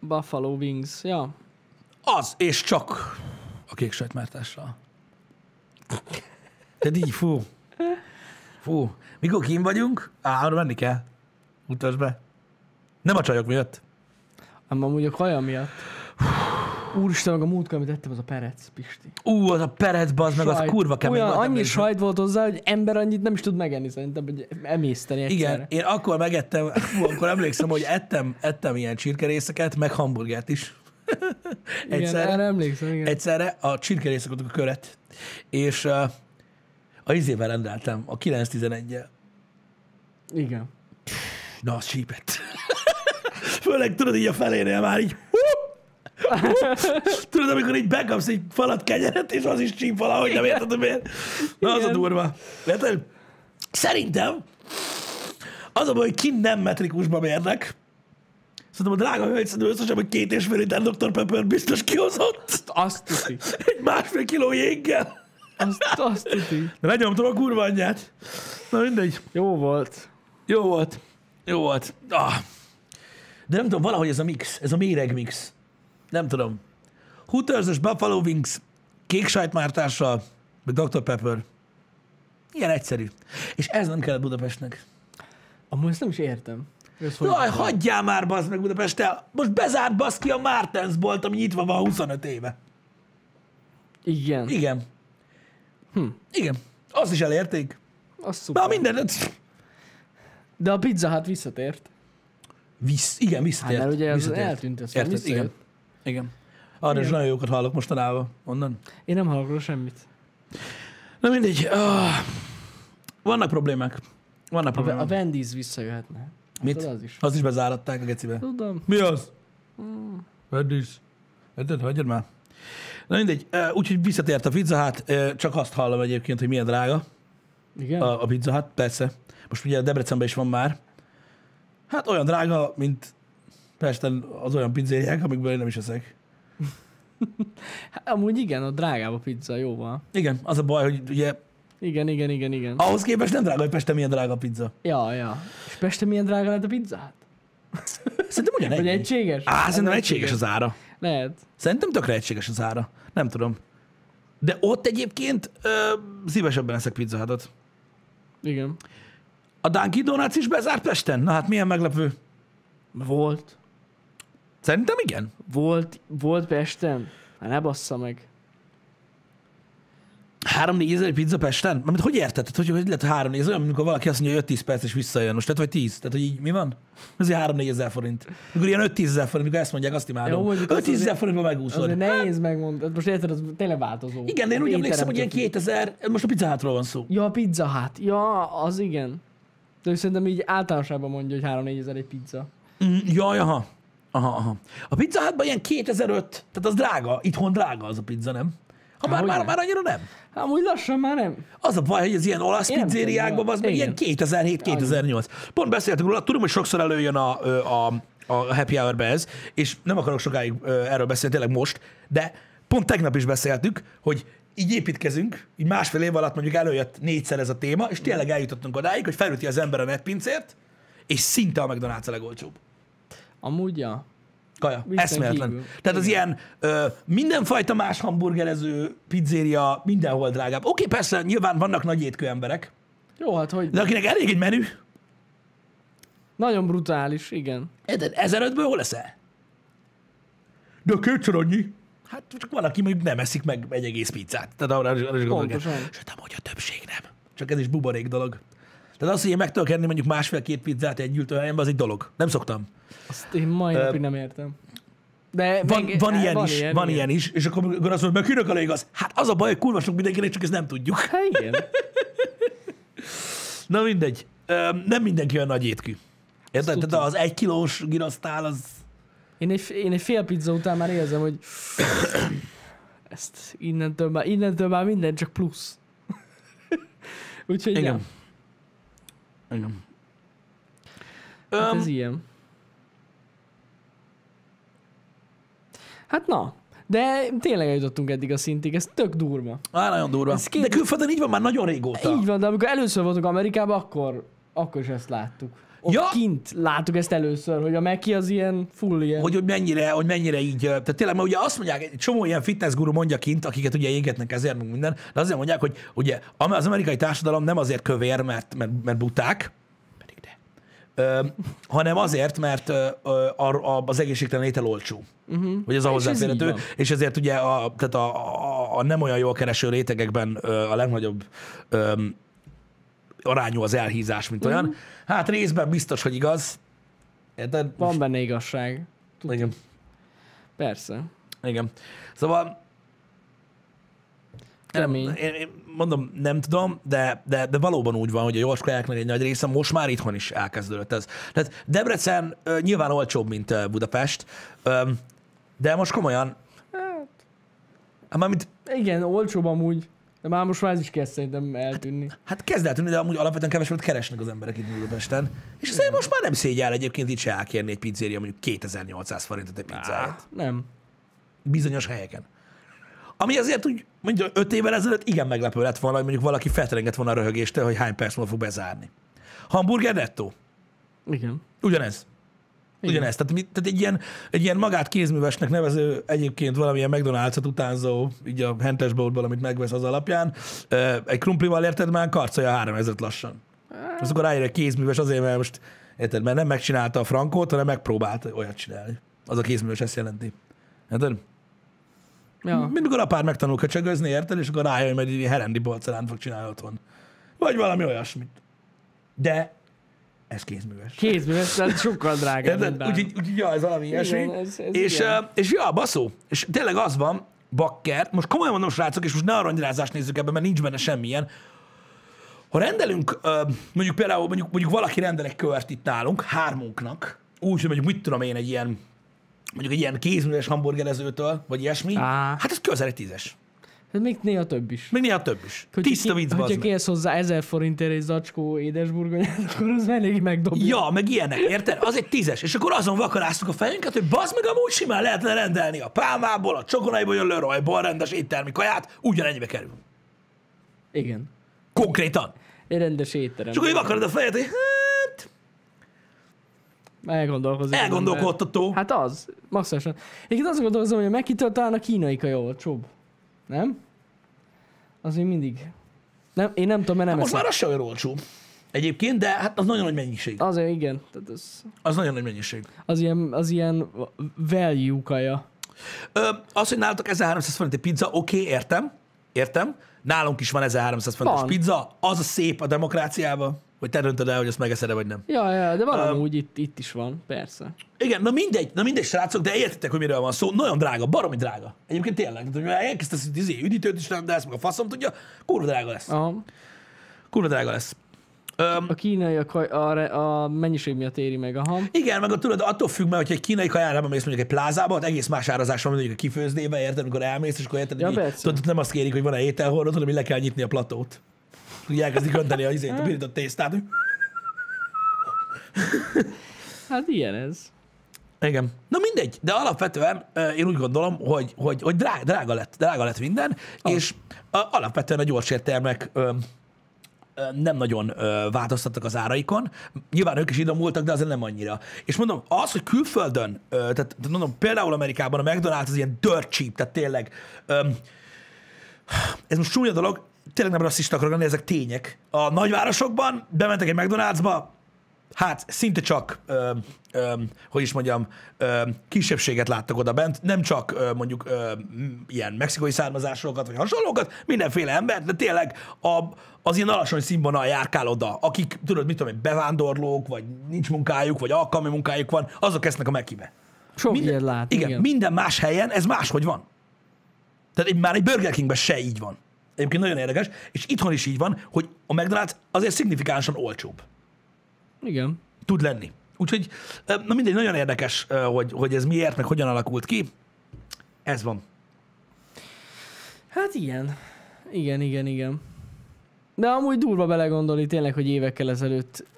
Speaker 2: Buffalo Wings. Ja.
Speaker 1: Az, és csak a kék sajtmártással. Tehát így, fú. Fú. Mikor kim vagyunk? Á, arra menni kell. Mutasd be. Nem a csajok miatt.
Speaker 2: Ám amúgy a kaja miatt. Úristen, meg a múltkor, amit ettem, az a perec, Pisti.
Speaker 1: Ú, az a perec, bazd meg, az
Speaker 2: Sajt.
Speaker 1: kurva kemény.
Speaker 2: Olyan,
Speaker 1: volt,
Speaker 2: annyi
Speaker 1: emlékszem.
Speaker 2: sajt volt hozzá, hogy ember annyit nem is tud megenni szerintem, hogy emészteni egyszerre.
Speaker 1: Igen, én akkor megettem, fú, akkor emlékszem, hogy ettem, ettem ilyen csirkerészeket, meg hamburgert is.
Speaker 2: Igen,
Speaker 1: Egyszerre.
Speaker 2: erre emlékszem, igen.
Speaker 1: Egyszerre a csirkerészekot a köret, és uh, a izével rendeltem, a 911-jel.
Speaker 2: igen.
Speaker 1: Na, az sípett. Főleg tudod így a felénél már így, hú, hú. tudod, amikor így bekapsz egy falat kenyeret, és az is csíp valahogy, nem érted, hogy miért. Na, az a
Speaker 2: Igen.
Speaker 1: durva. Érted? Szerintem az a baj, hogy kint nem metrikusba mérnek. Szerintem a drága hölgy szerintem összesen, hogy két és fél liter Dr. Pepper biztos kihozott
Speaker 2: Azt tuti.
Speaker 1: egy másfél kiló jéggel.
Speaker 2: Azt, azt tuti.
Speaker 1: De lenyomtam a kurva anyját. Na mindegy.
Speaker 2: Jó volt.
Speaker 1: Jó volt. Jó volt. Ah. De nem tudom, valahogy ez a mix, ez a méreg mix. Nem tudom. Hooters-ös Buffalo Wings, kék sajtmártással, vagy Dr. Pepper. Ilyen egyszerű. És ez nem kellett Budapestnek.
Speaker 2: Amúgy ezt nem is értem. hogy Ez hogy
Speaker 1: Jaj, hagyjál már, bazd meg Budapesttel! Most bezárt basz ki a Martens bolt, ami nyitva van 25 éve.
Speaker 2: Igen.
Speaker 1: Igen. Hm. Igen. Azt is elérték.
Speaker 2: Az szuper.
Speaker 1: Már minden...
Speaker 2: De a pizza hát visszatért.
Speaker 1: Visz, igen,
Speaker 2: Hát
Speaker 1: visszatért.
Speaker 2: mert ugye az
Speaker 1: visszatért.
Speaker 2: eltűnt ez.
Speaker 1: Érted? Igen. Igen. Arra is nagyon jókat hallok mostanában onnan.
Speaker 2: Én nem hallok róla semmit.
Speaker 1: Na mindegy. Ah, vannak problémák. Vannak
Speaker 2: A,
Speaker 1: problémák.
Speaker 2: a Wendy's visszajöhetne.
Speaker 1: Mm. Mit?
Speaker 2: Tudod, az is.
Speaker 1: Az is bezáradták a gecibe.
Speaker 2: Tudom.
Speaker 1: Mi az? Vedd is. Vedd, hagyjad már. Na mindegy, Ö, úgyhogy visszatért a pizza hát, csak azt hallom egyébként, hogy milyen drága
Speaker 2: Igen?
Speaker 1: a, a pizza hát, persze. Most ugye Debrecenben is van már. Hát olyan drága, mint Pesten az olyan pizzériák, amikből én nem is eszek.
Speaker 2: Hát, amúgy igen, a drágább a pizza, jóval.
Speaker 1: Igen, az a baj, hogy ugye
Speaker 2: Igen, igen, igen, igen. A...
Speaker 1: ahhoz képest nem drága, hogy Pesten milyen drága a pizza.
Speaker 2: Ja, ja. És Pesten milyen drága lett a pizza? Hát,
Speaker 1: Szerintem
Speaker 2: Vagy
Speaker 1: ugyanegy.
Speaker 2: egységes?
Speaker 1: Á,
Speaker 2: Hát
Speaker 1: szerintem egységes az ára.
Speaker 2: Lehet.
Speaker 1: Szerintem tökre egységes az ára. Nem tudom. De ott egyébként ö, szívesebben eszek pizzahátot.
Speaker 2: Igen.
Speaker 1: A Dunkin Donuts is bezárt Pesten? Na hát milyen meglepő.
Speaker 2: Volt.
Speaker 1: Szerintem igen.
Speaker 2: Volt, volt Pesten. Hát ne bassza meg.
Speaker 1: 3-4 ezer pizza Pesten? Mert hogy érted? Tehát, hogy, hogy lehet 3 4 olyan, amikor valaki azt mondja, hogy 5-10 perc és visszajön. Most tehát, vagy 10. Tehát, hogy így mi van? Ez ilyen 3-4 ezer forint. Mikor ilyen 5-10 ezer forint, amikor ezt mondják, azt imádom.
Speaker 2: Jó, mondjuk az
Speaker 1: 5-10 ezer
Speaker 2: azért-
Speaker 1: forintban
Speaker 2: Azért
Speaker 1: megúszod.
Speaker 2: nehéz megmondani. Most érted, az tényleg változó.
Speaker 1: Igen, de én úgy
Speaker 2: Étterem
Speaker 1: emlékszem, hogy ilyen
Speaker 2: függ.
Speaker 1: 2000, most a pizzahátról van szó.
Speaker 2: Ja, a pizza hát. Ja, az igen. De szerintem így általánosában mondja, hogy 3-4 ezer egy pizza.
Speaker 1: Mm, jaj, aha. Aha, aha. A pizza hátban ilyen 2005, tehát az drága, itthon drága az a pizza, nem? Ha már,
Speaker 2: Hogyne.
Speaker 1: már, már annyira nem.
Speaker 2: Hát amúgy lassan már nem.
Speaker 1: Az a baj, hogy az ilyen olasz
Speaker 2: Én nem tudom,
Speaker 1: pizzériákban
Speaker 2: mi
Speaker 1: az meg
Speaker 2: van.
Speaker 1: ilyen 2007-2008. Pont beszéltünk róla, tudom, hogy sokszor előjön a, ö, a, a happy hour ez, és nem akarok sokáig ö, erről beszélni, tényleg most, de pont tegnap is beszéltük, hogy így építkezünk, így másfél év alatt mondjuk előjött négyszer ez a téma, és tényleg eljutottunk odáig, hogy felüti az ember a netpincért, és szinte a McDonald's a legolcsóbb.
Speaker 2: Amúgy ja.
Speaker 1: Kaja,
Speaker 2: Viccen
Speaker 1: eszméletlen.
Speaker 2: kívül.
Speaker 1: Tehát az ilyen ö, mindenfajta más hamburgerező, pizzéria mindenhol drágább. Oké, persze, nyilván vannak nagy étkő emberek,
Speaker 2: Jó, hát hogy
Speaker 1: de akinek elég egy menü,
Speaker 2: nagyon brutális, igen.
Speaker 1: érted, 1500-ből hol leszel? De kétszer annyi. Hát csak van, aki mondjuk nem eszik meg egy egész pizzát. Tehát arra arra is gondolok.
Speaker 2: Pontosan.
Speaker 1: Sőt, amúgy a többség nem. Csak ez is buborék dolog. Tehát az, hogy én meg tudok enni mondjuk másfél-két pizzát egy gyűjtőhelyemben, az egy dolog. Nem szoktam.
Speaker 2: Azt én mai napig nem értem. De
Speaker 1: Van,
Speaker 2: meg-
Speaker 1: eh, van,
Speaker 2: hát
Speaker 1: ilyen is, van ilyen is, és akkor, akkor azt mondom, mert kinek a lég az? Hát az a baj, hogy kurva sok mindenkinek, csak ezt nem tudjuk.
Speaker 2: Hát igen.
Speaker 1: Na mindegy. Öm, nem mindenki olyan nagy étkű. Érted?
Speaker 2: tudom.
Speaker 1: Tehát az egy kilós girasztál, az...
Speaker 2: Én egy, én egy fél pizza után már érzem, hogy ezt innentől már, innentől már minden csak plusz. Úgyhogy
Speaker 1: Igen.
Speaker 2: nem,
Speaker 1: Igen.
Speaker 2: hát ez
Speaker 1: Öm,
Speaker 2: ilyen. Hát na, de tényleg eljutottunk eddig a szintig, ez tök durva.
Speaker 1: á, nagyon durva.
Speaker 2: Ez két-
Speaker 1: De külföldön így van már nagyon régóta.
Speaker 2: Így van, de amikor először voltunk Amerikában, akkor, akkor is ezt láttuk. Ott
Speaker 1: Ja.
Speaker 2: ja. kint láttuk ezt először, hogy a Meki az ilyen full ilyen.
Speaker 1: Hogy, hogy, mennyire, hogy mennyire így, ö, tehát tényleg, mert ugye azt mondják, egy csomó ilyen fitness guru mondja kint, akiket ugye égetnek ezért, meg minden, de azért mondják, hogy ugye am- az amerikai társadalom nem azért kövér, mert, mert, mert buták, pedig de, ö, hanem azért, mert ö, ö, a, a, az egészségtelen étel olcsó. Uh-huh. Hogy ez a
Speaker 2: Mhm. És ez így
Speaker 1: hozzáférhető,
Speaker 2: van.
Speaker 1: és ezért ugye a, tehát a, a, a nem olyan jól kereső rétegekben ö, a legnagyobb ö, arányú az elhízás, mint
Speaker 2: Mhm.
Speaker 1: olyan. Uh-huh. Hát részben biztos, hogy igaz. Érted?
Speaker 2: Van benne igazság.
Speaker 1: Igen.
Speaker 2: Persze.
Speaker 1: Igen. Szóval nem,
Speaker 2: Kemény.
Speaker 1: én, én mondom, nem tudom, de, de, de valóban úgy van, hogy a jóskolláknak egy nagy része most már itthon is elkezdődött ez. Tehát Debrecen ö, nyilván olcsóbb, mint ö, Budapest, ö, de most komolyan, hát mármint,
Speaker 2: Igen, olcsóbb amúgy. De már most már ez is kezd szerintem eltűnni.
Speaker 1: hát kezd el tűnni, de amúgy alapvetően kevesebbet keresnek az emberek itt Budapesten. És szerintem most már nem szégyel egyébként itt se elkérni egy pizzéria mondjuk 2800 forintot egy pizzáját.
Speaker 2: Nem.
Speaker 1: bizonyos helyeken. Ami azért úgy, mondjuk öt évvel ezelőtt igen meglepő lett volna, hogy mondjuk valaki feltrengett volna a röhögéstől, hogy hány perc múlva fog bezárni. Hamburger nettó.
Speaker 2: Igen.
Speaker 1: Ugyanez. Ugyanez. Tehát, mi- tehát egy, ilyen, egy ilyen magát kézművesnek nevező, egyébként valamilyen McDonald's-ot utánzó, így a hentesboltból, amit megvesz az alapján, ö, egy krumplival érted már karcolja 3000 lassan. Azt akkor rájön, hogy kézműves azért, mert most érted, mert nem megcsinálta a frankót, hanem megpróbált olyat csinálni. Az a kézműves ezt jelenti. Érted?
Speaker 2: Ja.
Speaker 1: Mint mikor apád megtanul köcsögözni, érted? És akkor rájön, hogy egy herendi polcerán fog csinálni otthon. Vagy valami olyasmit. De ez kézműves.
Speaker 2: Kézműves, ez sokkal drágább. mint
Speaker 1: Érted?
Speaker 2: bármi.
Speaker 1: Úgyhogy, úgyhogy ja, ez valami ilyesmi.
Speaker 2: ez- ez
Speaker 1: és,
Speaker 2: igen.
Speaker 1: ö, és ja, baszó. És tényleg az van, bakker, most komolyan mondom, srácok, és most ne aranyrázást nézzük ebben, mert nincs benne semmilyen. Ha rendelünk, ö, mondjuk például mondjuk, mondjuk valaki rendel egy kört itt nálunk, hármunknak, úgy, hogy mondjuk mit tudom én egy ilyen, mondjuk egy ilyen kézműves hamburgerezőtől, vagy ilyesmi,
Speaker 2: Á.
Speaker 1: hát ez közel egy tízes.
Speaker 2: Hát még néha több is.
Speaker 1: Még néha több is.
Speaker 2: Hogyha
Speaker 1: Tiszta
Speaker 2: ki-
Speaker 1: vicc,
Speaker 2: Hogyha
Speaker 1: bazd meg.
Speaker 2: kérsz hozzá 1000 forintért egy zacskó édesburgonyát, akkor az elég megdobja.
Speaker 1: Ja, meg ilyenek, érted? Az egy tízes. És akkor azon vakaráztuk a fejünket, hogy bazd meg, amúgy simán lehetne rendelni a pálmából, a csokonaiból, a Leroyból rendes éttermi kaját, ugyanennyibe kerül.
Speaker 2: Igen.
Speaker 1: Konkrétan.
Speaker 2: Egy rendes étterem.
Speaker 1: És akkor így vakarod a fejed, hogy hát,
Speaker 2: Elgondolkozik. az ember.
Speaker 1: elgondolkodtató.
Speaker 2: Hát az, maximálisan. Egyébként azt gondolkozom, hogy a megkitől talán a kínai kaja olcsóbb. Nem? Az még mindig. Nem, én nem tudom, mert nem
Speaker 1: Most
Speaker 2: eszem.
Speaker 1: már az se olyan olcsó. Egyébként, de hát az nagyon nagy mennyiség.
Speaker 2: Azért igen, tehát az,
Speaker 1: Az nagyon nagy mennyiség.
Speaker 2: az, ilyen, az ilyen value kaja.
Speaker 1: Ö, az, hogy nálatok 1300 forint egy pizza, oké, okay, értem, értem. Nálunk is van 1300 forintos
Speaker 2: Van.
Speaker 1: pizza. Az a szép a demokráciában, hogy te döntöd el, hogy azt megeszed vagy nem.
Speaker 2: Ja, ja, de van
Speaker 1: Öm.
Speaker 2: amúgy itt, itt is van, persze.
Speaker 1: Igen, na mindegy, na mindegy, srácok, de értitek, hogy miről van szó. Nagyon drága, baromi drága. Egyébként tényleg, tehát, hogy elkezdesz hogy izé, üdítőt is rendelsz, meg a faszom tudja, kurva drága lesz.
Speaker 2: Aha.
Speaker 1: Kurva drága lesz. Öm,
Speaker 2: A kínai a, kaj, a, re- a mennyiség miatt éri meg, aha.
Speaker 1: igen, meg a tudod, attól függ, mert hogyha egy kínai kajára mész mondjuk egy plázába, ott egész más árazás van, mint mondjuk a kifőzdébe, érted, amikor elmész, és akkor érted,
Speaker 2: Ja,
Speaker 1: ja, így,
Speaker 2: persze.
Speaker 1: tudod, nem azt kérik, hogy van-e ételhordó, hanem így le kell nyitni a platót. Úgy elkezdik önteni a, izét, a pirított tésztát. hogy-
Speaker 2: Hát ilyen ez.
Speaker 1: Igen. Na mindegy, de alapvetően ö, én úgy gondolom, hogy, hogy, hogy drága, drága, lett, drága lett minden, és ö, alapvetően a gyors értelmek ö, ö, nem nagyon ö, változtattak az áraikon. Nyilván ők is idomultak, de azért nem annyira. És mondom, az, hogy külföldön, ö, tehát tehát mondom, például Amerikában a McDonald's az ilyen dirt cheap, tehát tényleg ö, ez most csúnya dolog, tényleg nem rasszista akarok lenni, ezek tények. A nagyvárosokban bementek egy McDonald'sba, hát szinte csak, ö, ö, hogy is mondjam, ö, kisebbséget láttak oda bent, nem csak ö, mondjuk ö, m- ilyen mexikai származásokat, vagy hasonlókat, mindenféle embert, de tényleg a, az ilyen alacsony színvonal járkál oda, akik, tudod, mit tudom én, bevándorlók, vagy nincs munkájuk, vagy alkalmi munkájuk van, azok esznek a mekibe.
Speaker 2: Sok Minden, ilyet lát,
Speaker 1: Igen,
Speaker 2: igen.
Speaker 1: igen, minden más helyen ez máshogy van. Tehát egy, már egy Burger Kingben se így van. Egyébként nagyon érdekes, és itthon is így van, hogy a McDonald's azért szignifikánsan olcsóbb
Speaker 2: igen.
Speaker 1: tud lenni. Úgyhogy, ö, na mindegy, nagyon érdekes, ö, hogy, hogy ez miért, meg hogyan alakult ki. Ez van.
Speaker 2: Hát ilyen. Igen, igen, igen. De amúgy durva belegondolni tényleg, hogy évekkel ezelőtt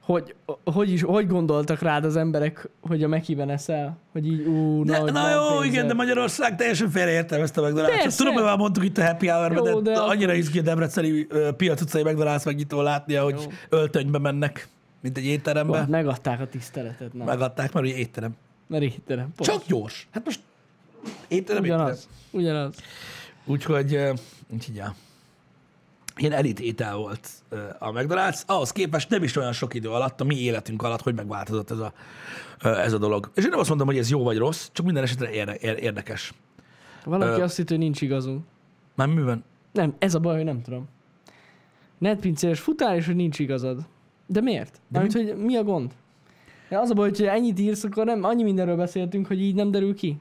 Speaker 2: hogy, hogy, is, hogy gondoltak rád az emberek, hogy a mekiben eszel? Hogy így, ú,
Speaker 1: De,
Speaker 2: hogy
Speaker 1: na
Speaker 2: van
Speaker 1: jó,
Speaker 2: pénzed.
Speaker 1: igen, de Magyarország teljesen félreértelmezte meg McDonald's-ot.
Speaker 2: Persze.
Speaker 1: Tudom, hogy már mondtuk itt a Happy hour de,
Speaker 2: Jó,
Speaker 1: de
Speaker 2: de
Speaker 1: annyira
Speaker 2: akkor is.
Speaker 1: izgi a debreceni ö, piac utcai McDonald's megnyitó látni, hogy
Speaker 2: Jó.
Speaker 1: öltönybe mennek, mint egy étterembe.
Speaker 2: Ott megadták a tiszteletet, na. Meg...
Speaker 1: Megadták, mert ugye étterem.
Speaker 2: Mert étterem. pont.
Speaker 1: Csak gyors. Hát most étterem, étterem.
Speaker 2: ugyanaz. Ugyanaz.
Speaker 1: Úgyhogy, ö, úgyhogy ja. Ilyen elit étel volt ö, a McDonald's, ahhoz képest nem is olyan sok idő alatt, a mi életünk alatt, hogy megváltozott ez a, ö, ez a dolog. És én nem azt mondom, hogy ez jó vagy rossz, csak minden esetre érde, ér- érdekes.
Speaker 2: Valaki
Speaker 1: Ö.
Speaker 2: azt hitt, hogy nincs igazunk.
Speaker 1: Már műben.
Speaker 2: Nem, ez a baj, hogy nem tudom. Netpincéres futár, és hogy nincs igazad. De miért? De Mert, hogy mi a gond? De az a baj, hogy ennyit írsz, akkor nem annyi mindenről beszéltünk, hogy így nem derül ki.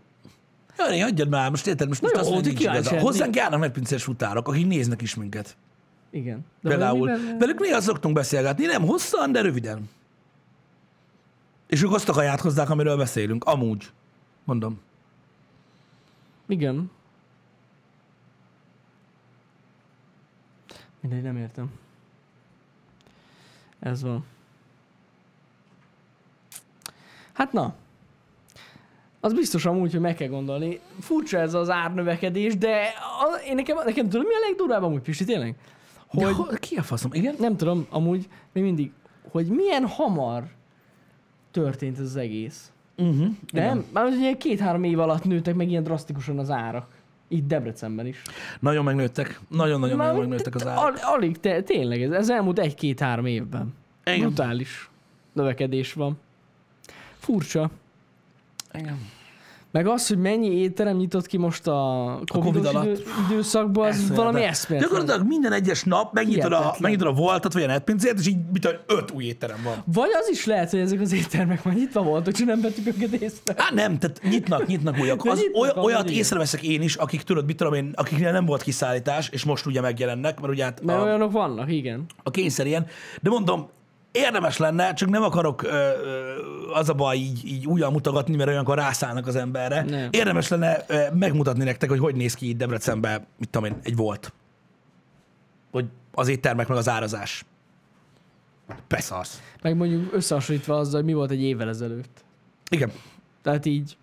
Speaker 1: Jaj, ne, hagyjad már, most érted, most,
Speaker 2: Na
Speaker 1: most
Speaker 2: jó,
Speaker 1: azt mondja,
Speaker 2: ti
Speaker 1: nincs
Speaker 2: kíváncsi
Speaker 1: igaza.
Speaker 2: lennék.
Speaker 1: Hozzánk járnak megpincés futárok, akik néznek is minket.
Speaker 2: Igen.
Speaker 1: De
Speaker 2: De
Speaker 1: Például.
Speaker 2: vajon miben-
Speaker 1: Velük néha szoktunk beszélgetni, nem hosszan, de röviden. És ők azt a kaját hozzák, amiről beszélünk. Amúgy. Mondom.
Speaker 2: Igen. Mindegy, nem értem. Ez van. Hát na. Az biztos amúgy, hogy meg kell gondolni. Furcsa ez az árnövekedés, de a, én nekem, nekem tudom, mi a legdurvább amúgy, Pisti, tényleg? Hogy,
Speaker 1: Hogy... Ki a faszom? Igen?
Speaker 2: nem tudom, amúgy még mindig, hogy milyen hamar történt ez az egész.
Speaker 1: Uh-huh.
Speaker 2: Nem? Már ugye két-három év alatt nőttek meg ilyen drasztikusan az árak. Itt Debrecenben is.
Speaker 1: Nagyon megnőttek. Nagyon-nagyon nagyon
Speaker 2: Már-
Speaker 1: megnőttek az
Speaker 2: te-
Speaker 1: árak.
Speaker 2: al- Alig, te, tényleg, ez, ez elmúlt egy-két-három évben.
Speaker 1: Igen.
Speaker 2: Brutális növekedés van. Furcsa.
Speaker 1: Igen.
Speaker 2: Meg az, hogy mennyi étterem nyitott ki most a covid
Speaker 1: alatt.
Speaker 2: idő, időszakban, az
Speaker 1: Eszméletlen.
Speaker 2: valami eszméletlen.
Speaker 1: Gyakorlatilag minden egyes nap megnyitod a,
Speaker 2: Hihetetlen.
Speaker 1: megnyitod a voltat, vagy a netpincét, és így mit tudom, öt új étterem van.
Speaker 2: Vagy az is lehet, hogy ezek az éttermek már nyitva voltak, csak nem vettük őket észre.
Speaker 1: Á, nem, tehát nyitnak, nyitnak újak.
Speaker 2: De
Speaker 1: Az,
Speaker 2: nyitnak
Speaker 1: oly,
Speaker 2: amúgy,
Speaker 1: olyat
Speaker 2: igen.
Speaker 1: észreveszek én is, akik tudod, mit tudom én, akiknél nem volt kiszállítás, és most ugye megjelennek, mert ugye hát
Speaker 2: Mert
Speaker 1: a,
Speaker 2: olyanok vannak, igen.
Speaker 1: a kényszer ilyen. De mondom, érdemes lenne, csak nem akarok ö, ö, az a baj így, így újjal mutogatni, mert olyankor rászállnak az emberre.
Speaker 2: Ne.
Speaker 1: Érdemes lenne ö, megmutatni nektek, hogy hogy néz ki itt Debrecenben, mit tudom én, egy volt. Hogy az éttermek meg az árazás. Beszarsz.
Speaker 2: Meg mondjuk összehasonlítva azzal, hogy mi volt egy évvel ezelőtt.
Speaker 1: Igen.
Speaker 2: Tehát így.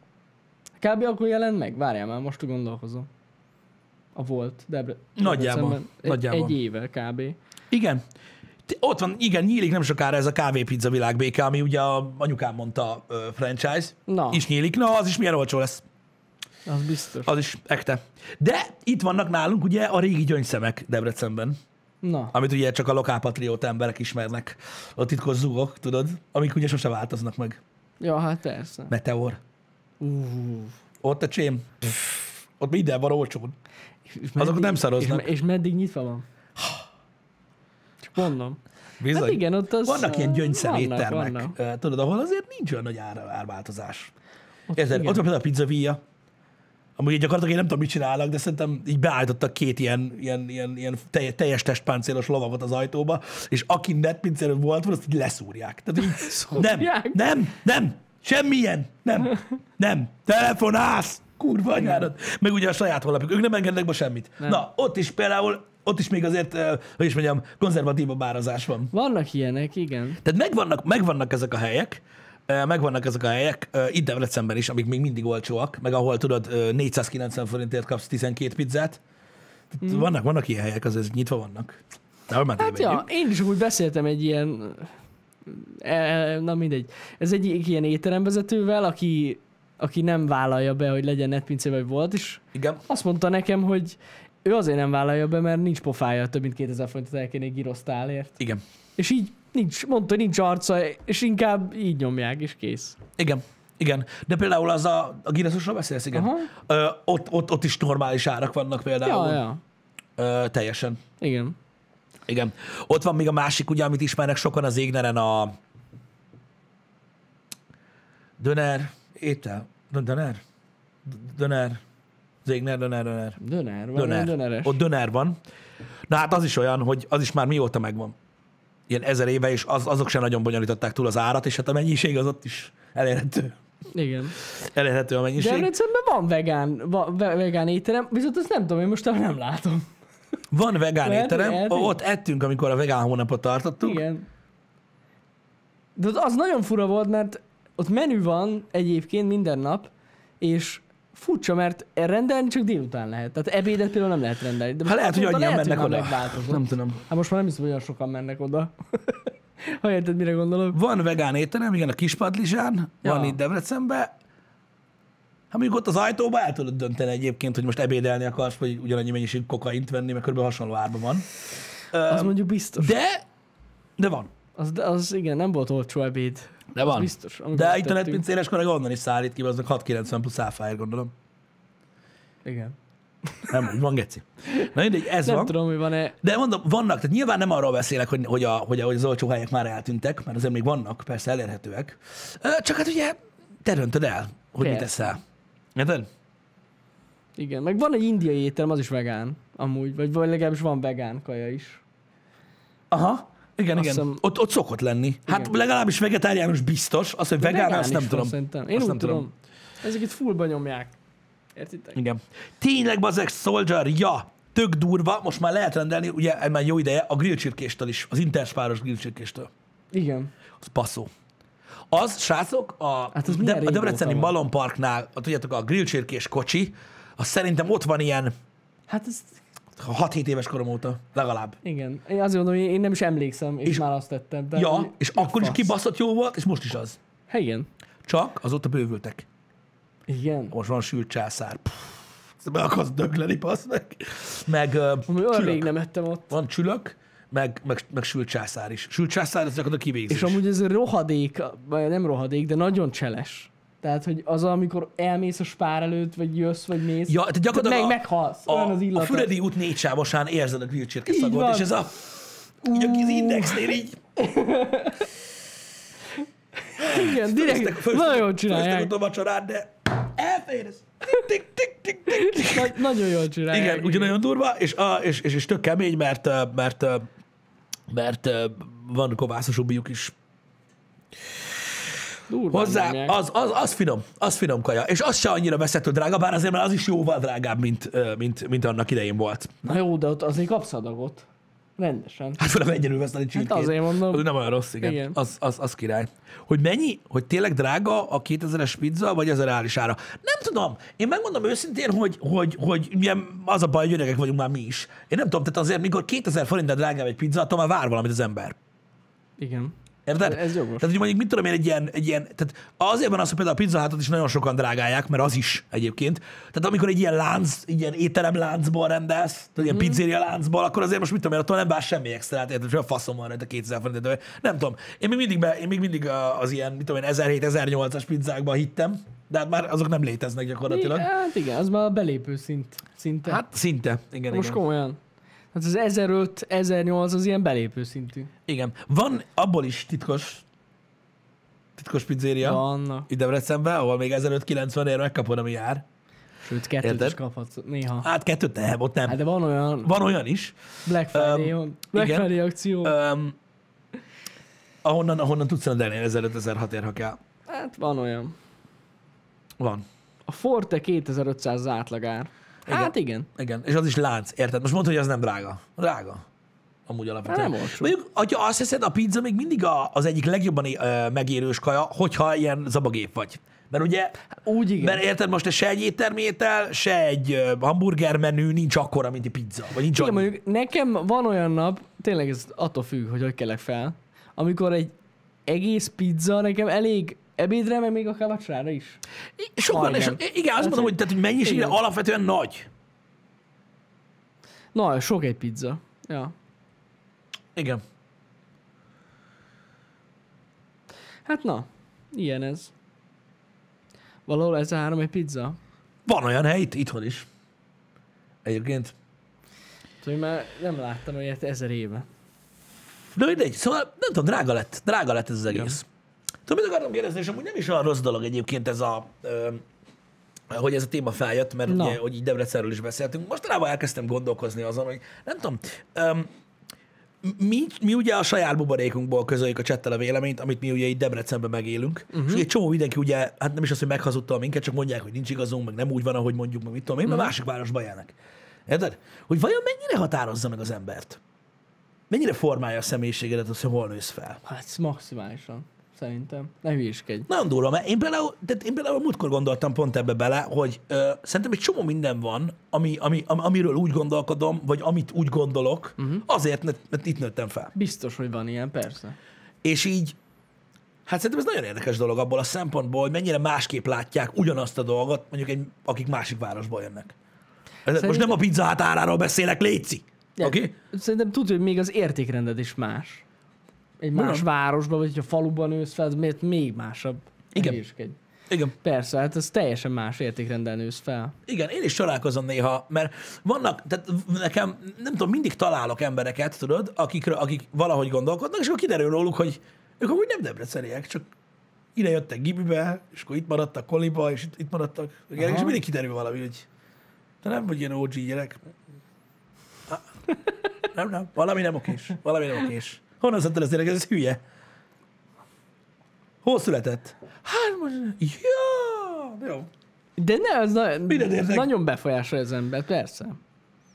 Speaker 2: Kb. akkor jelent meg? Várjál már, most gondolkozom. A volt Debre-
Speaker 1: Nagyjából,
Speaker 2: Debrecenben. Egy,
Speaker 1: nagyjából.
Speaker 2: egy éve kb.
Speaker 1: Igen. Ti- Ott van, igen, nyílik nem sokára ez a kávépizza világbéke, ami ugye a anyukám mondta ö, franchise.
Speaker 2: Na.
Speaker 1: Is nyílik. Na, az is milyen olcsó lesz.
Speaker 2: Az biztos.
Speaker 1: Az is ekte. De itt vannak nálunk ugye a régi gyöngyszemek Debrecenben,
Speaker 2: Na,
Speaker 1: amit ugye csak a lokálpatrióta emberek ismernek. A titkos zugok, tudod? Amik ugye sose változnak meg.
Speaker 2: ja, hát persze.
Speaker 1: Meteor.
Speaker 2: Uh,
Speaker 1: Ott a csém. Pff, ott minden van olcsón. Azokat nem szaroznak.
Speaker 2: És, és meddig nyitva van? Csak mondom.
Speaker 1: Bizony.
Speaker 2: Hát igen, ott az...
Speaker 1: Vannak ilyen
Speaker 2: vannak,
Speaker 1: gyöngyszemértermek,
Speaker 2: vannak.
Speaker 1: tudod, ahol azért nincs olyan nagy ár, árváltozás.
Speaker 2: Ott
Speaker 1: Érted? Ott
Speaker 2: igen.
Speaker 1: van például a pizzavia. Amúgy így gyakorlatilag én nem tudom, mit csinálnak, de szerintem így beállítottak két ilyen, ilyen, ilyen, ilyen telje- teljes testpáncélos lovagot az ajtóba, és aki netpincélő volt, van, azt így leszúrják. Tehát így, nem,
Speaker 2: Szúrják?
Speaker 1: nem, nem, semmilyen, nem, nem, telefonálsz, kurva anyádat. Meg ugye a saját honlapjuk, ők nem engednek be semmit. Nem. Na, ott is például, ott is még azért, eh, hogy is mondjam, konzervatívabb árazás van.
Speaker 2: Vannak ilyenek, igen.
Speaker 1: Tehát megvannak, megvannak ezek a helyek, eh, megvannak ezek a helyek, eh, itt Debrecenben is, amik még mindig olcsóak, meg ahol tudod, eh, 490 forintért kapsz 12 pizzát. Tehát vannak, vannak ilyen helyek, azért nyitva vannak. De már
Speaker 2: Mm. Hát ja, én is úgy beszéltem egy ilyen... E, na mindegy. Ez egy ilyen étteremvezetővel, aki, aki nem vállalja be, hogy legyen netpincé vagy volt, és
Speaker 1: Igen.
Speaker 2: azt mondta nekem, hogy ő azért nem vállalja be, mert nincs pofája, több mint 2000 forintot elkérni egy girosztálért.
Speaker 1: Igen.
Speaker 2: És így nincs, mondta, hogy nincs arca, és inkább így nyomják, és kész.
Speaker 1: Igen. Igen. De például az a, a gíraszosról beszélsz, igen.
Speaker 2: Aha.
Speaker 1: Ö, ott, ott, ott, is normális árak vannak például.
Speaker 2: Ja, ja.
Speaker 1: Ö, teljesen.
Speaker 2: Igen.
Speaker 1: Igen. Ott van még a másik, ugye, amit ismernek sokan az Égneren, a döner, étel, dö- döner, D- döner, az Égner, döner, döner,
Speaker 2: Döner, van
Speaker 1: döner.
Speaker 2: egy döneres.
Speaker 1: Ott döner van. Na hát az is olyan, hogy az is már mióta megvan. Ilyen ezer éve, és az, azok sem nagyon bonyolították túl az árat, és hát a mennyiség az ott is elérhető.
Speaker 2: Igen.
Speaker 1: Elérhető a mennyiség.
Speaker 2: Debrecenben van vegán, va, ve- vegán étterem, viszont azt nem tudom, én most nem látom.
Speaker 1: Van vegán
Speaker 2: Lehet,
Speaker 1: étterem,
Speaker 2: lehet, igen.
Speaker 1: ott ettünk, amikor a vegán hónapot tartottuk.
Speaker 2: Igen. De ott az nagyon fura volt, mert ott menü van egyébként minden nap, és furcsa, mert rendelni csak délután lehet. Tehát ebédet például nem lehet rendelni. De
Speaker 1: Hát lehet, hogy
Speaker 2: azóta
Speaker 1: annyian mennek
Speaker 2: Szóval már
Speaker 1: oda.
Speaker 2: megváltozott.
Speaker 1: Nem tudom.
Speaker 2: Hát most már nem hiszem, hogy olyan sokan mennek oda. ha érted, mire gondolok.
Speaker 1: Van vegán étterem, igen, a Kispadlizsán, ja.
Speaker 2: Ja.
Speaker 1: van itt Debrecenben. Hát mondjuk ott az ajtóba el tudod dönteni egyébként, hogy most ebédelni akarsz, vagy ugyanannyi mennyiségű kokaint venni, mert kb. hasonló árban van.
Speaker 2: Az mondjuk biztos.
Speaker 1: De, de van.
Speaker 2: Az, az igen, nem volt olcsó ebéd.
Speaker 1: De
Speaker 2: Az
Speaker 1: van.
Speaker 2: biztos. amikor
Speaker 1: De
Speaker 2: ott
Speaker 1: itt a
Speaker 2: tettünk.
Speaker 1: netpincéles koreg onnan is szállít ki, aznak 690 plusz áfáért gondolom.
Speaker 2: Igen.
Speaker 1: Nem, úgy van, geci. Na mindegy, ez
Speaker 2: Nem
Speaker 1: van.
Speaker 2: tudom, hogy van-e.
Speaker 1: De mondom, vannak, tehát nyilván nem arról beszélek, hogy, hogy, a, hogy, a, hogy az olcsó helyek már eltűntek, mert azért még vannak, persze elérhetőek. Ö, Csak hát ugye te döntöd el, hogy mit
Speaker 2: Persze.
Speaker 1: teszel. Érted?
Speaker 2: Igen, meg van egy indiai étterem, az is vegán. Amúgy, vagy, vagy legalábbis van vegán kaja is.
Speaker 1: Aha. Igen,
Speaker 2: Azt
Speaker 1: igen.
Speaker 2: hiszem-
Speaker 1: Ott, ott szokott lenni. Hát
Speaker 2: Igen.
Speaker 1: legalábbis vegetáriánus biztos, az, hogy vegán, azt nem tudom.
Speaker 2: Szerintem.
Speaker 1: Azt
Speaker 2: Én azt
Speaker 1: nem
Speaker 2: úgy
Speaker 1: tudom.
Speaker 2: tudom. Ezeket fullba nyomják. Értitek?
Speaker 1: Igen. Tényleg, bazeg, Soldier, ja, tök durva, most már lehet rendelni, ugye ez már jó ideje, a grillcsirkéstől is, az interspáros grillcsirkéstől.
Speaker 2: Igen.
Speaker 1: Az passzó. Az, srácok, a,
Speaker 2: Hát az milyen
Speaker 1: de, a
Speaker 2: régóta
Speaker 1: Debreceni
Speaker 2: van.
Speaker 1: Malomparknál, a, tudjátok, a grillcsirkés kocsi, az szerintem ott van ilyen
Speaker 2: Hát ez...
Speaker 1: 6-7 éves korom óta, legalább.
Speaker 2: Igen. Én azért mondom, hogy én nem is emlékszem, és,
Speaker 1: És-
Speaker 2: és már azt tettem. De
Speaker 1: Ja, és akkor is
Speaker 2: fasz.
Speaker 1: kibaszott jó volt, és most is az.
Speaker 2: Hát igen.
Speaker 1: Csak azóta bővültek.
Speaker 2: Igen.
Speaker 1: Most van sült császár. Pff, be akarsz dögleni, passz meg. Meg ö,
Speaker 2: Amúgy olyan
Speaker 1: csülök.
Speaker 2: rég nem ettem ott.
Speaker 1: Van csülök, meg, meg, meg sült császár is. Sült császár, ez gyakorlatilag kivégzés.
Speaker 2: És amúgy ez rohadék, vagy nem rohadék, de nagyon cseles. Tehát, hogy az, amikor elmész a spár előtt, vagy jössz, vagy mész,
Speaker 1: Ja, tehát
Speaker 2: meg,
Speaker 1: gyakorlatilag a-
Speaker 2: meghalsz. olyan az
Speaker 1: a, a
Speaker 2: illata.
Speaker 1: Füredi út négy sávosán érzed a grillcsirke
Speaker 2: Így
Speaker 1: szagot,
Speaker 2: van.
Speaker 1: és ez a... Így a az indexnél így...
Speaker 2: Igen, direkt, nagyon csinálják.
Speaker 1: Főztek a vacsorát, de elférsz. Tik, tik, tik, tik.
Speaker 2: Nagy- nagyon jól csinálják.
Speaker 1: Igen, ugyanolyan durva, és, a, és, és, és tök kemény, mert, ö, mert, ö, mert ö, van kovászos ubiuk is.
Speaker 2: Durván
Speaker 1: Hozzá,
Speaker 2: nyomják.
Speaker 1: az, az, az finom, az finom kaja. És az se annyira veszettő drága, bár azért már az is jóval drágább, mint, ö, mint, mint annak idején volt.
Speaker 2: Na jó, de ott azért kapsz adagot. Rendesen.
Speaker 1: Hát főleg egyedül veszel egy csirkét.
Speaker 2: azért mondom.
Speaker 1: Az nem olyan rossz, igen. igen.
Speaker 2: Igen.
Speaker 1: Az, az, az, király. Hogy mennyi? Hogy tényleg drága a 2000-es pizza, vagy ez a reális ára? Nem tudom. Én megmondom őszintén, hogy, hogy, hogy milyen az a baj, hogy öregek vagyunk már mi is. Én nem tudom, tehát azért, mikor 2000 forintnál drágább egy pizza, attól már vár valamit az ember.
Speaker 2: Igen.
Speaker 1: Érted?
Speaker 2: Ez jogos.
Speaker 1: Tehát, hogy mondjuk, mit tudom én, egy ilyen, egy ilyen tehát azért van az, hogy például a Pizza Hutot is nagyon sokan drágálják, mert az is egyébként. Tehát amikor egy ilyen lánc, egy ilyen étterem láncból rendelsz, tehát
Speaker 2: Mhm.
Speaker 1: ilyen pizzeria láncból, akkor azért most mit tudom én, attól nem vár semmi extrát, érted, hogy a faszom van rajta 2000 forint, de nem tudom. Én még mindig, be, én még mindig a- az ilyen, mit tudom én, 1700-1800-as pizzákban hittem, de hát már azok nem léteznek gyakorlatilag.
Speaker 2: Hát igen, az már a belépő szint. Szinte.
Speaker 1: Hát szinte, igen,
Speaker 2: Most
Speaker 1: igen.
Speaker 2: komolyan. Hát az 1005, 1008 az ilyen belépő szintű.
Speaker 1: igen. Van abból is titkos, titkos pizzeria.
Speaker 2: Ja. Annak.
Speaker 1: Itt Debrecenben, ahol még 1590 ér megkapod, ami jár.
Speaker 2: Sőt, kettőt
Speaker 1: Érted?
Speaker 2: is kaphatsz néha.
Speaker 1: Hát kettőt nem, ott nem.
Speaker 2: Hát de van olyan
Speaker 1: Van olyan is,
Speaker 2: Black Friday, um, Black
Speaker 1: igen.
Speaker 2: Friday akció.
Speaker 1: um, ahonnan, ahonnan tudsz rendelni 1500 ér, ha kell.
Speaker 2: hát van olyan.
Speaker 1: Van.
Speaker 2: A Forte 2500 az átlagár. Hát igen.
Speaker 1: Igen, és az is lánc, érted? Most mondd, hogy az nem drága. Drága. Amúgy alapvetően.
Speaker 2: Hát nem olcsó.
Speaker 1: Mondjuk, hogyha azt hiszed, a pizza még mindig a, az egyik legjobban ö, megérős kaja, hogyha ilyen zabagép vagy. Mert ugye,
Speaker 2: Úgy igen.
Speaker 1: mert érted, most se egy éttermi étel, se egy ö, hamburger menü nincs akkora, mint egy pizza. Vagy nincs
Speaker 2: Igen,
Speaker 1: annyi.
Speaker 2: mondjuk nekem van olyan nap, tényleg ez attól függ, hogy hogy kelek fel, amikor egy egész pizza nekem elég ebédre, meg még akár vacsorára is.
Speaker 1: Sokan, és,
Speaker 2: Majdnem.
Speaker 1: igen, azt mondom, hogy, tehát, hogy mennyiségre
Speaker 2: Igen.
Speaker 1: alapvetően nagy.
Speaker 2: Na, sok egy pizza. Ja.
Speaker 1: Igen.
Speaker 2: Hát na, ilyen ez. Valahol ez a három egy pizza.
Speaker 1: Van olyan hely itt, itthon is. Egyébként.
Speaker 2: Tudom, én már nem láttam olyat ezer éve.
Speaker 1: De mindegy, szóval nem tudom, drága lett. Drága lett ez az egész. Tudom, mit akartam kérdezni, és amúgy nem is olyan rossz dolog egyébként ez a... Ö, hogy ez a téma feljött, mert
Speaker 2: Na.
Speaker 1: ugye, hogy így Debrecenről is beszéltünk. Mostanában elkezdtem gondolkozni azon, hogy nem tudom, öm, mi, mi ugye a saját buborékunkból közöljük a csettel a véleményt, amit mi ugye itt Debrecenben megélünk. Uh-huh. És ugye egy csomó mindenki ugye, hát nem is az, hogy meghazudta minket, csak mondják, hogy nincs igazunk, meg nem úgy van, ahogy mondjuk, meg mit tudom én, mert másik városba élnek. Érted? Hogy vajon mennyire határozza meg az embert? Mennyire formálja a személyiségedet, az, hogy hol nősz fel?
Speaker 2: Hát maximálisan, szerintem. Ne hülyéskedj.
Speaker 1: Nagyon durva, mert én például, tehát én például múltkor gondoltam pont ebbe bele, hogy ö, szerintem egy csomó minden van, ami, ami, am- amiről úgy gondolkodom, vagy amit úgy gondolok, uh-huh. azért, mert, mert itt nőttem fel.
Speaker 2: Biztos, hogy van ilyen, persze.
Speaker 1: És így, hát szerintem ez nagyon érdekes dolog abból a szempontból, hogy mennyire másképp látják ugyanazt a dolgot, mondjuk egy, akik másik városból jönnek. Szerintem... Most
Speaker 2: Szerintem-
Speaker 1: nem a pizza hát áráról beszélek, Léci.
Speaker 2: De
Speaker 1: Oké? Okay?
Speaker 2: Szerintem tudja, hogy még az értékrended is más. Egy más
Speaker 1: Mondom.
Speaker 2: városban, vagy ha faluban nősz fel, az miért még másabb. Ne
Speaker 1: Igen.
Speaker 2: hülyéskedj.
Speaker 1: Igen.
Speaker 2: Persze, hát ez teljesen más értékrendel nősz fel.
Speaker 1: Igen, én is találkozom néha, mert vannak, tehát nekem, nem tudom, mindig találok embereket, tudod, akikről, akik valahogy gondolkodnak, és akkor kiderül róluk, hogy ők amúgy nem debreceniek, csak ide jöttek Gibibe, és akkor itt maradtak Koliba, és itt, itt maradtak. Igen, és
Speaker 2: Aha.
Speaker 1: mindig kiderül valami, hogy te nem vagy ilyen OG gyerek. Há, Nem, nem, valami nem okés. Valami nem okés. Honnan szedted az gyerek? Ez hülye. Hol született? Hát most... Ja, jó.
Speaker 2: De ne, az na-
Speaker 1: Mindent érzek.
Speaker 2: nagyon befolyásolja az embert, persze.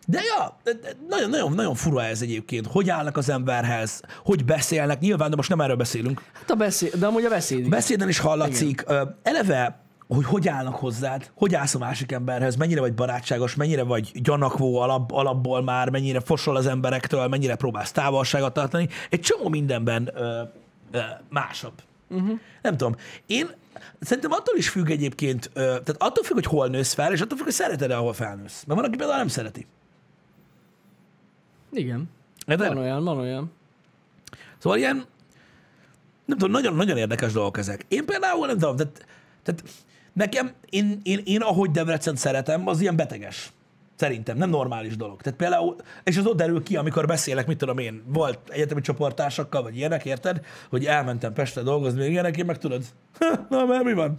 Speaker 1: De ja, nagyon-nagyon fura ez egyébként, hogy állnak az emberhez, hogy beszélnek, nyilván, de most nem erről beszélünk.
Speaker 2: Hát a beszéd, de amúgy a beszéd is.
Speaker 1: Beszéden is hallatszik, ö, eleve, hogy hogy állnak hozzád, hogy állsz a másik emberhez, mennyire vagy barátságos, mennyire vagy gyanakvó alap, alapból már, mennyire fosol az emberektől, mennyire próbálsz távolságot tartani. Egy csomó mindenben ö, ö, másabb. Uh-huh. Nem tudom. Én szerintem attól is függ egyébként, ö, tehát attól függ, hogy hol nősz fel, és attól függ, hogy szereted-e, ahol felnősz. Mert van, aki például nem szereti.
Speaker 2: Igen.
Speaker 1: Érted?
Speaker 2: Van olyan, van olyan.
Speaker 1: Szóval ilyen, nem tudom, nagyon-nagyon érdekes dolgok ezek. Én például nem tudom, tehát Tehát nekem, én, én, én ahogy Debrecen szeretem, az ilyen beteges. Szerintem, nem normális dolog. Tehát például, és az ott derül ki, amikor beszélek, mit tudom én, volt egyetemi csoportársakkal, vagy ilyenek, érted, hogy elmentem Pestre dolgozni, még ilyenek, én meg tudod, na, mert mi van?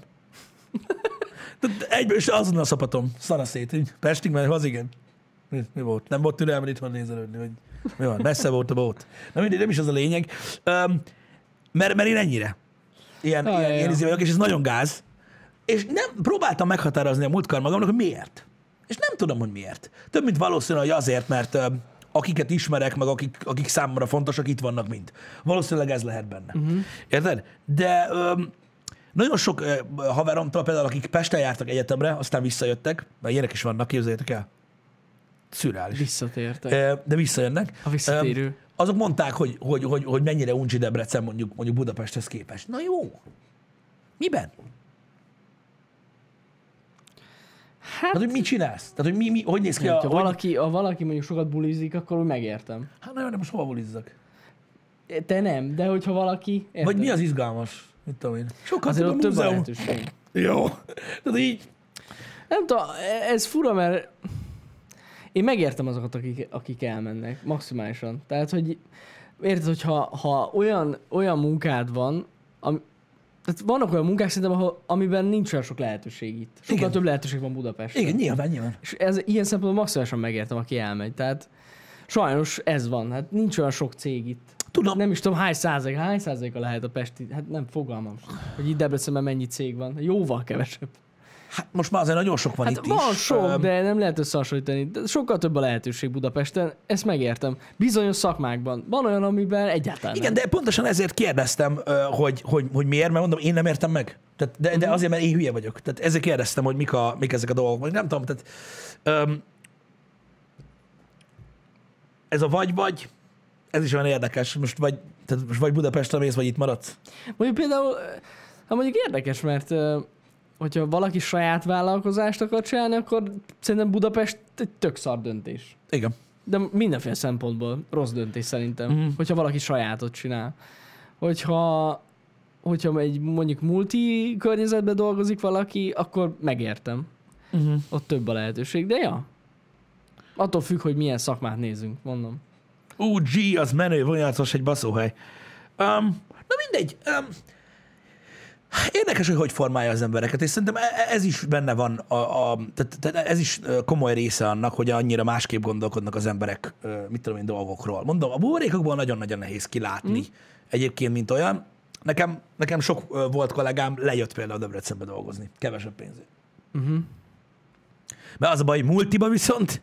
Speaker 1: Tehát egyből is azonnal szapatom, szanaszét, így Pestig, mert az igen. Mi, mi volt? Nem volt türelmed itthon nézelődni, vagy mi van? Messze volt a bót. Na mindegy, nem is az a lényeg. Öm, mert, mert én ennyire. Ilyen,
Speaker 2: Ja,
Speaker 1: ilyen,
Speaker 2: ja,
Speaker 1: ilyen
Speaker 2: ja.
Speaker 1: izé vagyok, és ez nagyon gáz. És nem próbáltam meghatározni a múltkor magamnak, hogy miért. És nem tudom, hogy miért. Több, mint valószínű, hogy azért, mert öm, akiket ismerek, meg akik, akik számomra fontosak, itt vannak mind. Valószínűleg ez lehet benne.
Speaker 2: Mhm.
Speaker 1: Uh-huh. Érted? De öm, nagyon sok ö, haveromtól például, akik Pesten jártak egyetemre, aztán visszajöttek, mert ilyenek is vannak, képzeljétek el. Szürreális.
Speaker 2: Visszatértek.
Speaker 1: Ö, de visszajönnek.
Speaker 2: A visszatérő.
Speaker 1: Ö, Azok mondták, hogy, hogy, hogy, hogy mennyire uncsi Debrecen mondjuk, mondjuk Budapesthez képest. Na jó. Miben? Hát, hogy mit csinálsz? Tehát, hogy mi, mi hogy néz ki
Speaker 2: Ja,
Speaker 1: a...
Speaker 2: ha,
Speaker 1: Hogy,
Speaker 2: valaki, ha valaki mondjuk sokat bulizik, akkor úgy megértem.
Speaker 1: Hát nagyon nem, most hova bulizzak?
Speaker 2: Te nem, de hogyha valaki... Érted?
Speaker 1: Vagy mi az izgalmas? Mit tudom én? Sokat
Speaker 2: Azért
Speaker 1: tudom,
Speaker 2: ott több a
Speaker 1: múzeum.
Speaker 2: lehetőség.
Speaker 1: Jó. Tehát így...
Speaker 2: Nem tudom, ez fura, mert én megértem azokat, akik, akik elmennek, maximálisan. Tehát, hogy érted, hogy ha, ha olyan, olyan munkád van, ami, tehát vannak olyan munkák szerintem, ahol, amiben nincs olyan sok lehetőség itt. Sokkal
Speaker 1: Igen.
Speaker 2: több lehetőség van Budapesten.
Speaker 1: Igen, nyilván, nyilván.
Speaker 2: És ez, ilyen szempontból maximálisan megértem, aki elmegy. Tehát sajnos ez van, hát nincs olyan sok cég itt.
Speaker 1: Tudom,
Speaker 2: Nem is tudom, hány százalék, hány százaléka lehet a Pesti, hát nem fogalmam, sincs, hogy itt Debrecenben mennyi cég van. Jóval kevesebb.
Speaker 1: hát most már azért nagyon sok van
Speaker 2: Hát
Speaker 1: itt
Speaker 2: van
Speaker 1: is.
Speaker 2: sok,
Speaker 1: Öm,
Speaker 2: de nem lehet összehasonlítani. De sokkal több a lehetőség Budapesten, ezt megértem. Bizonyos szakmákban. Van olyan, amiben egyáltalán
Speaker 1: Igen, de pontosan ezért kérdeztem, ö, hogy, hogy, hogy miért, mert mondom, én nem értem meg. Tehát, de,
Speaker 2: Mhm.
Speaker 1: de azért, mert én hülye vagyok. Tehát ezért kérdeztem, hogy mik, a, mik ezek a dolgok. Vagy nem tudom, tehát öm, ez a vagy-vagy, ez is olyan érdekes. Most vagy, tehát most vagy Budapestre mész, vagy itt maradsz.
Speaker 2: nem. Mondjuk például, ha mondjuk érdekes, mert ö, hogyha valaki saját vállalkozást akar csinálni, akkor szerintem Budapest egy tök szar döntés.
Speaker 1: Igen.
Speaker 2: De mindenféle szempontból rossz döntés szerintem, mm. hogyha valaki sajátot csinál. Hogyha, hogyha egy mondjuk multi környezetben dolgozik valaki, akkor megértem.
Speaker 1: Uh-huh.
Speaker 2: Ott több a lehetőség, de ja. Attól függ, hogy milyen szakmát nézünk, mondom.
Speaker 1: Ú, G, az menő, vonyatos egy baszóhely. Um, na mindegy. Um, érdekes, hogy hogy formálja az embereket, és szerintem e- e- ez is benne van, a, a, tehát, tehát ez is ö, komoly része annak, hogy annyira másképp gondolkodnak az emberek, ö, mit tudom én, dolgokról. Mondom, a buborékokból nagyon-nagyon nehéz kilátni mm. egyébként, mint olyan. Nekem, nekem sok ö, volt kollégám, lejött például Debrecenbe dolgozni, kevesebb pénzért. Mert az a baj, multiba viszont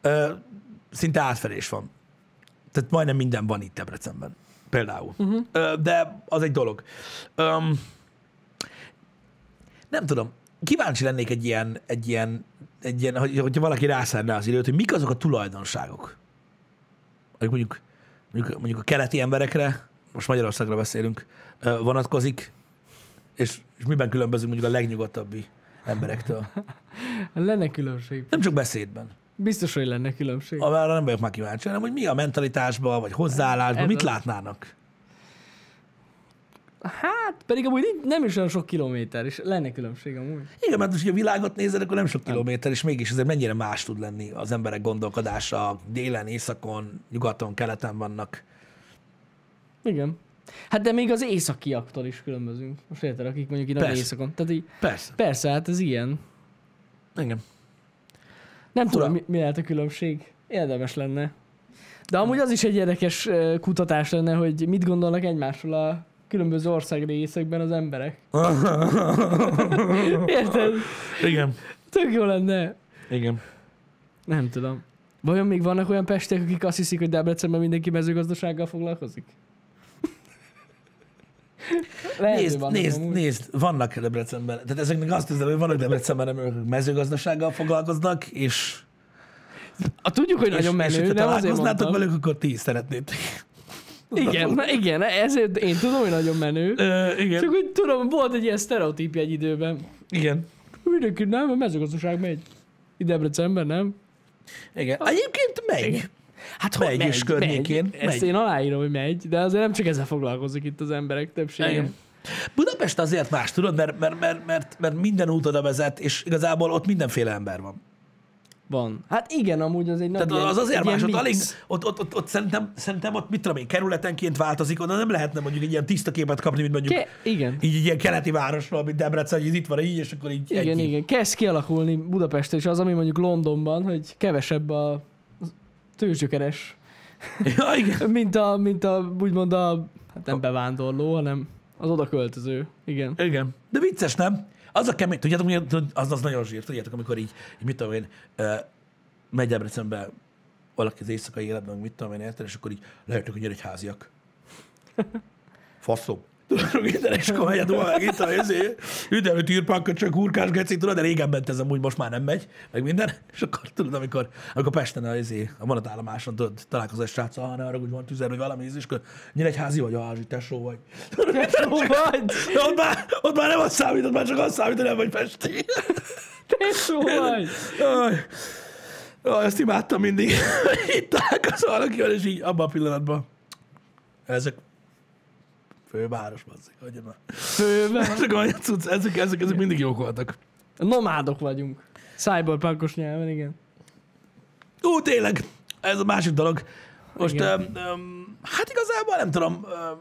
Speaker 1: ö, szinte átfedés van. Tehát majdnem minden van itt Debrecenben. Például. Uh-huh. Ö, de az egy dolog. Öm, nem tudom, kíváncsi lennék egy ilyen, egy ilyen, egy ilyen hogy, hogyha valaki rászárná az időt, hogy mik azok a tulajdonságok, amik mondjuk, mondjuk, mondjuk a keleti emberekre, most Magyarországra beszélünk, ö, vonatkozik, és, és miben különbözünk mondjuk a legnyugodtabbi emberektől.
Speaker 2: Lenne különbség.
Speaker 1: Nem csak beszédben.
Speaker 2: Biztos, hogy lenne különbség. A...
Speaker 1: Arra nem vagyok már kíváncsi, hanem hogy mi a mentalitásban, vagy hozzáállásban,
Speaker 2: Ez
Speaker 1: mit
Speaker 2: az.
Speaker 1: látnának.
Speaker 2: Hát, pedig amúgy nincs- nem is olyan sok kilométer, és lenne különbség amúgy.
Speaker 1: Igen, mert most, hogy a világot nézed, akkor nem sok kilométer, és mégis azért mennyire más tud lenni az emberek gondolkodása. Délen, északon, nyugaton, keleten vannak.
Speaker 2: Igen. Hát de még az északiaktól is különbözünk. Most érted, akik mondjuk itt az
Speaker 1: Persze.
Speaker 2: északon. Tehát így,
Speaker 1: Persze.
Speaker 2: persze, hát ez ilyen.
Speaker 1: Igen.
Speaker 2: Nem
Speaker 1: Fura.
Speaker 2: tudom, mi, mi lehet a különbség. Érdemes lenne. De amúgy az is egy érdekes ö, kutatás lenne, hogy mit gondolnak egymásról a különböző ország részekben az emberek. Érted?
Speaker 1: Igen.
Speaker 2: Tök jó lenne.
Speaker 1: Igen.
Speaker 2: Nem tudom. Vajon még vannak olyan pestek, akik azt hiszik, hogy Debrecenben mindenki mezőgazdasággal foglalkozik? Lehet, hogy
Speaker 1: Nézd,
Speaker 2: vannak
Speaker 1: nézd,
Speaker 2: amúgy.
Speaker 1: nézd, vannak Debrecenben. Tehát ezeknek azt üzenem, hogy vannak Debrecenben, amelyek mezőgazdasággal foglalkoznak, és,
Speaker 2: A Ah, tudjuk, hogy nagyon
Speaker 1: és, és
Speaker 2: menő,
Speaker 1: hogyha
Speaker 2: nem azért
Speaker 1: találkoznátok
Speaker 2: mondtam.
Speaker 1: velük, akkor ti is szeretnétek.
Speaker 2: Igen, na igen, ezért én tudom, hogy nagyon menő.
Speaker 1: Ö, igen.
Speaker 2: Csak úgy tudom, volt egy ilyen sztereotípia egy időben.
Speaker 1: Igen.
Speaker 2: Mindenki nem, a mezőgazdaság megy. Itt Debrecenben, nem?
Speaker 1: Igen. Egyébként megy. Hát megy, és környékén.
Speaker 2: Megy. Ezt
Speaker 1: megy.
Speaker 2: én aláírom, hogy megy, de azért nem csak ezzel foglalkozik itt az emberek többsége.
Speaker 1: Igen. Budapest azért más, tudod, mert, mert, mert, mert, mert minden út oda vezet, és igazából ott mindenféle ember van.
Speaker 2: Van. Hát igen, amúgy az egy nagy
Speaker 1: Tehát az
Speaker 2: Hát ilyen-
Speaker 1: azért
Speaker 2: egy
Speaker 1: más,
Speaker 2: ilyen
Speaker 1: ott, alig,
Speaker 2: mix.
Speaker 1: ott, ott, ott, ott szerintem, szerintem ott mit tudom én, kerületenként változik, onnan nem lehetne mondjuk egy ilyen tiszta képet kapni, mint mondjuk
Speaker 2: Ke- igen.
Speaker 1: így egy ilyen keleti városról, mint Debrecen, hogy ez itt van így, és akkor így
Speaker 2: Igen,
Speaker 1: ennyi.
Speaker 2: igen. Kezd kialakulni Budapest és az, ami mondjuk Londonban, hogy kevesebb a az tőzsgyökeres,
Speaker 1: Ja, igen.
Speaker 2: mint a, mint a úgymond a, hát nem bevándorló, hanem az oda költöző. Igen.
Speaker 1: Igen. De vicces, nem? Az a kemény, tudjátok, mi- tud- az, az nagyon zsír, tudjátok, amikor így, így mit tudom én, ö, megy Debrecenbe valaki az éjszakai életben, mit tudom én, érted, és akkor így lehetnek, hogy egy háziak. Faszom. Tudod, minden, és akkor megy a Duma, meg itt a izé, üdelő tűrpankot, csak hurkás geci, tudod, de régen ment ez amúgy, most már nem megy, meg minden, és akkor tudod, amikor, amikor Pesten a, izé, a vonatállomáson, tudod, találkozol egy sráccal, "Ah, ne arra, hogy van tüzer, vagy valami, íz, és akkor nyíregyházi vagy, a tesó vagy. Tudod,
Speaker 2: Ó, vagy!
Speaker 1: de ott már, ott már nem az számít, ott már csak az számít, hogy nem vagy pesti.
Speaker 2: Tesó vagy!
Speaker 1: Aj, aj, ezt imádtam mindig. Itt találkozol valakivel, és így abban a pillanatban. Ezek főváros, bazzik, hogy már.
Speaker 2: Főben.
Speaker 1: Ezek olyan cucc, ezek, ezek, ezek mindig jók voltak.
Speaker 2: Nomádok vagyunk. Cyberpunkos nyelven, igen.
Speaker 1: Ú, tényleg, ez a másik dolog. Most,
Speaker 2: Igen.
Speaker 1: öm, öm, hát igazából nem tudom, öm,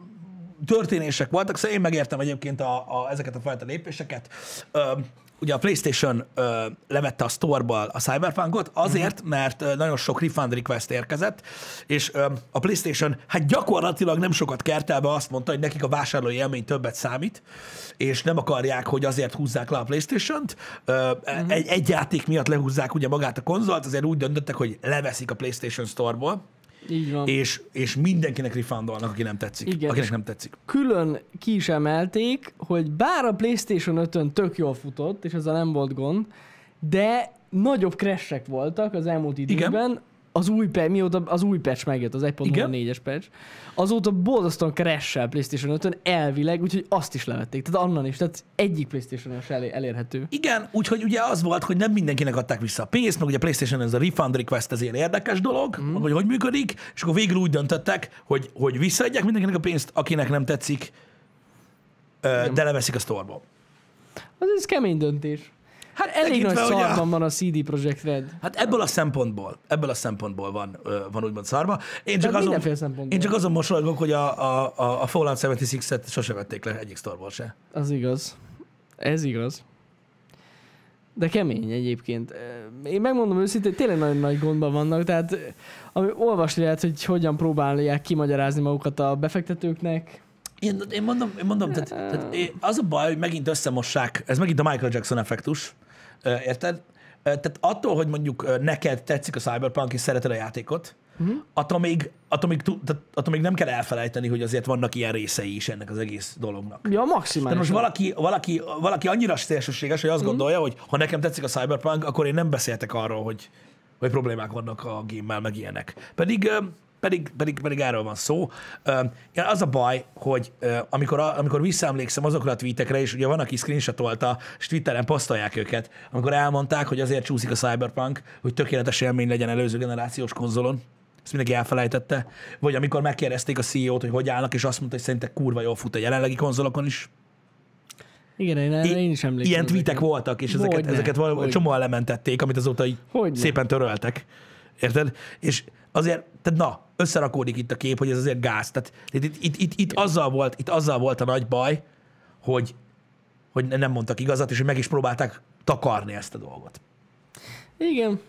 Speaker 1: történések voltak, szóval én megértem egyébként a, a, ezeket a fajta lépéseket. Öm, ugye a PlayStation ö, levette a store a Cyberpunkot azért, mert ö, nagyon sok refund request érkezett, és ö, a PlayStation hát gyakorlatilag nem sokat kertelve azt mondta, hogy nekik a vásárlói élmény többet számít, és nem akarják, hogy azért húzzák le a PlayStation-t. Ö, e, egy, egy játék miatt lehúzzák ugye magát a konzolt, azért úgy döntöttek, hogy leveszik a PlayStation Store-ból,
Speaker 2: Így van.
Speaker 1: és, és mindenkinek refundolnak, aki nem tetszik.
Speaker 2: Igen.
Speaker 1: Akinek nem tetszik.
Speaker 2: külön ki is emelték, hogy bár a PlayStation 5-ön tök jól futott, és ezzel nem volt gond, de nagyobb crashek voltak az elmúlt időben, az új, pe- mióta az új patch megjött, az 1.4-es patch, azóta borzasztóan crash-sel PlayStation 5-ön elvileg, úgyhogy azt is levették, tehát annan is, tehát egyik PlayStation se elé- elérhető.
Speaker 1: Igen, úgyhogy ugye az volt, hogy nem mindenkinek adták vissza a pénzt, meg ugye a PlayStation ez a refund request ezért érdekes dolog,
Speaker 2: Mhm.
Speaker 1: mm. hogy hogy működik, és akkor végül úgy döntöttek, hogy, hogy visszaadják mindenkinek a pénzt, akinek nem tetszik, ö, de leveszik a sztorból.
Speaker 2: Az ez kemény döntés. Hát elég nagy
Speaker 1: tekintve, hogy a-
Speaker 2: szarban van a CD Projekt Red.
Speaker 1: Hát ebből a szempontból, ebből a szempontból van, ö, van úgymond szarba. Én csak,
Speaker 2: Hát
Speaker 1: azon,
Speaker 2: mindenféle szempontból.
Speaker 1: én csak azon mosolygok, hogy a, a, a, a Fallout 76-et sose vették le egyik sztorból se.
Speaker 2: Az igaz. Ez igaz. De kemény egyébként. Ö, Én megmondom őszintén, tényleg nagyon nagy gondban vannak, tehát ö, ami olvasni lehet, hogy hogyan próbálják kimagyarázni magukat a befektetőknek.
Speaker 1: Én, én mondom, én mondom tehát, tehát én- az a baj, hogy megint összemossák, ez megint a Michael Jackson effektus, ö, érted? Ö, Tehát attól, hogy mondjuk ö, neked tetszik a Cyberpunk, és szereted a játékot, attól, még, attól, még, tu- tehát attól még nem kell elfelejteni, hogy azért vannak ilyen részei is ennek az egész dolognak.
Speaker 2: Ja,
Speaker 1: Tehát
Speaker 2: maximális.
Speaker 1: most valaki, valaki, valaki annyira szélsőséges, hogy azt gondolja, hogy ha nekem tetszik a Cyberpunk, akkor én nem beszéltek arról, hogy, hogy problémák vannak a gémmel, meg ilyenek. Pedig, ö, pedig, pedig, pedig erről van szó. Ö, ja, Az a baj, hogy ö, amikor, a- amikor visszaemlékszem azokra a tweetekre, és ugye van, aki screenshotolta, és Twitteren posztolják őket, amikor elmondták, hogy azért csúszik a Cyberpunk, hogy tökéletes élmény legyen előző generációs konzolon. Ezt mindenki elfelejtette. Vagy amikor megkérdezték a CEO-t, hogy hogy állnak, és azt mondta, hogy szerintem kurva jól fut a jelenlegi konzolokon is.
Speaker 2: Igen, én, erre én is emlékszem.
Speaker 1: Ilyen
Speaker 2: ezekre.
Speaker 1: tweetek voltak, és ezeket,
Speaker 2: Hogyne,
Speaker 1: ezeket valami
Speaker 2: hogyne.
Speaker 1: csomó elementették, amit azóta így
Speaker 2: Hogyne.
Speaker 1: szépen töröltek. Érted? És azért, tehát na, összerakódik itt a kép, hogy ez azért gáz. Tehát itt, itt, itt, itt, itt, azzal, volt, itt azzal volt a nagy baj, hogy, hogy nem mondtak igazat, és hogy meg is próbálták takarni ezt a dolgot.
Speaker 2: Igen.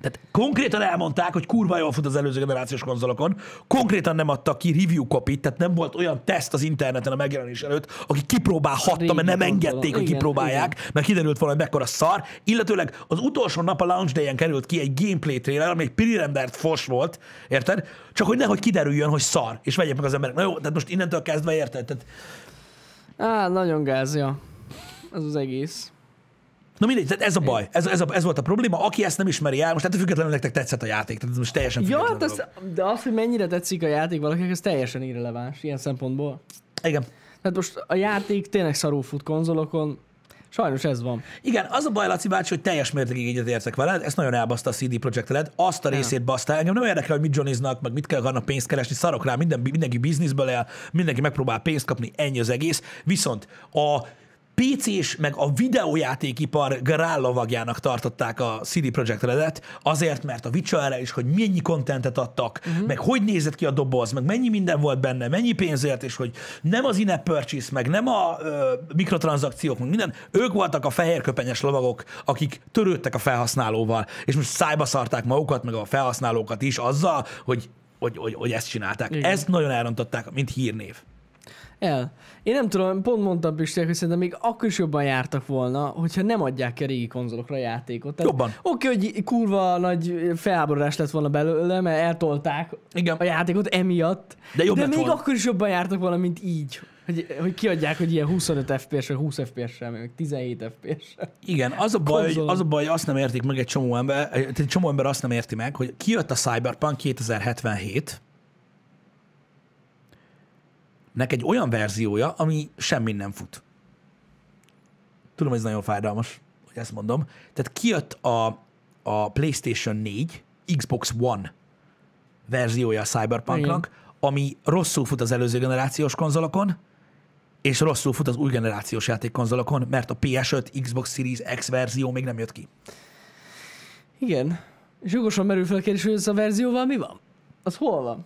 Speaker 1: Tehát konkrétan elmondták, hogy kurva jól fut az előző generációs konzolokon, konkrétan nem adtak ki review copy tehát nem volt olyan teszt az interneten a megjelenés előtt, aki kipróbálhatta, mert nem
Speaker 2: Régi
Speaker 1: engedték,
Speaker 2: konzolon.
Speaker 1: hogy
Speaker 2: Igen,
Speaker 1: kipróbálják, mert kiderült volna, hogy mekkora szar, illetőleg az utolsó nap a launch day-en került ki egy gameplay trailer, ami egy pirírendert fos volt, érted? Csak hogy nehogy kiderüljön, hogy szar, és vegyék meg az emberek. Na jó, tehát most innentől kezdve érted? Tehát,
Speaker 2: Á, nagyon gázja. Az az egész.
Speaker 1: na mindegy, tehát ez a baj, ez, ez, a, ez volt a probléma, aki ezt nem ismeri el, most ettől függetlenül nektek tetszett a játék, tehát ez most teljesen
Speaker 2: Ja,
Speaker 1: független
Speaker 2: hát az,
Speaker 1: dolog.
Speaker 2: de az, hogy mennyire tetszik a játék valakinek, ez teljesen irreleváns ilyen szempontból. Hát
Speaker 1: Igen.
Speaker 2: Tehát most a játék tényleg szarul fut konzolokon, és Sajnos ez van.
Speaker 1: Igen, az a baj, Laci bácsi, hogy teljes mértékig egyetértek veled, ezt nagyon elbaszta a CD Projekt Red, azt a részét baszta el. Engem nem érdekel, hogy mit johniznak, meg mit kell akarnak pénzt keresni, szarok rá, minden, mindenki bizniszből él, mindenki megpróbál pénzt kapni, ennyi az egész. Viszont a PC-s, meg a videójátékipar grállovagjának tartották a CD Projekt Redet, azért, mert a Witcherre is, hogy mennyi kontentet adtak, uh-huh. meg hogy nézett ki a doboz, meg mennyi minden volt benne, mennyi pénzért, és hogy nem az in-app purchase, meg nem a ö, mikrotranszakciók, meg minden, ők voltak a fehérköpenyes lovagok, akik törődtek a felhasználóval, és most szájba szarták magukat, meg a felhasználókat is azzal, hogy, hogy, hogy, hogy ezt csinálták.
Speaker 2: Igen.
Speaker 1: Igen. Ezt nagyon elrontották, mint hírnév.
Speaker 2: El. Én nem tudom, pont mondtam Pistiek, hogy szerintem még akkor is jobban jártak volna, hogyha nem adják ki a régi konzolokra a játékot.
Speaker 1: Jobban.
Speaker 2: Oké, hogy kurva nagy felháborodás lett volna belőle, mert eltolták
Speaker 1: Igen.
Speaker 2: a játékot emiatt.
Speaker 1: De jobb
Speaker 2: de
Speaker 1: lett
Speaker 2: még
Speaker 1: volna.
Speaker 2: akkor is jobban jártak volna, mint így. Hogy, hogy kiadják, hogy ilyen 25 FPS-re, 20 FPS-re, meg 17 FPS-re.
Speaker 1: Igen, az a, baj, hogy
Speaker 2: Konzolon.
Speaker 1: az a baj, azt nem értik meg egy csomó ember, egy csomó ember azt nem érti meg, hogy kijött a Cyberpunk 2077, nek egy olyan verziója, ami semmin nem fut. Tudom, ez nagyon fájdalmas, hogy ezt mondom. Tehát kijött a, a PlayStation 4, Xbox One verziója a Cyberpunknak, ami rosszul fut az előző generációs konzolokon, és rosszul fut az új generációs játékkonzolokon, mert a PS5, Xbox Series X verzió még nem jött ki.
Speaker 2: Igen. És jogosan merül fel a kérdés, hogy ez a verzióval mi van? Az hol van?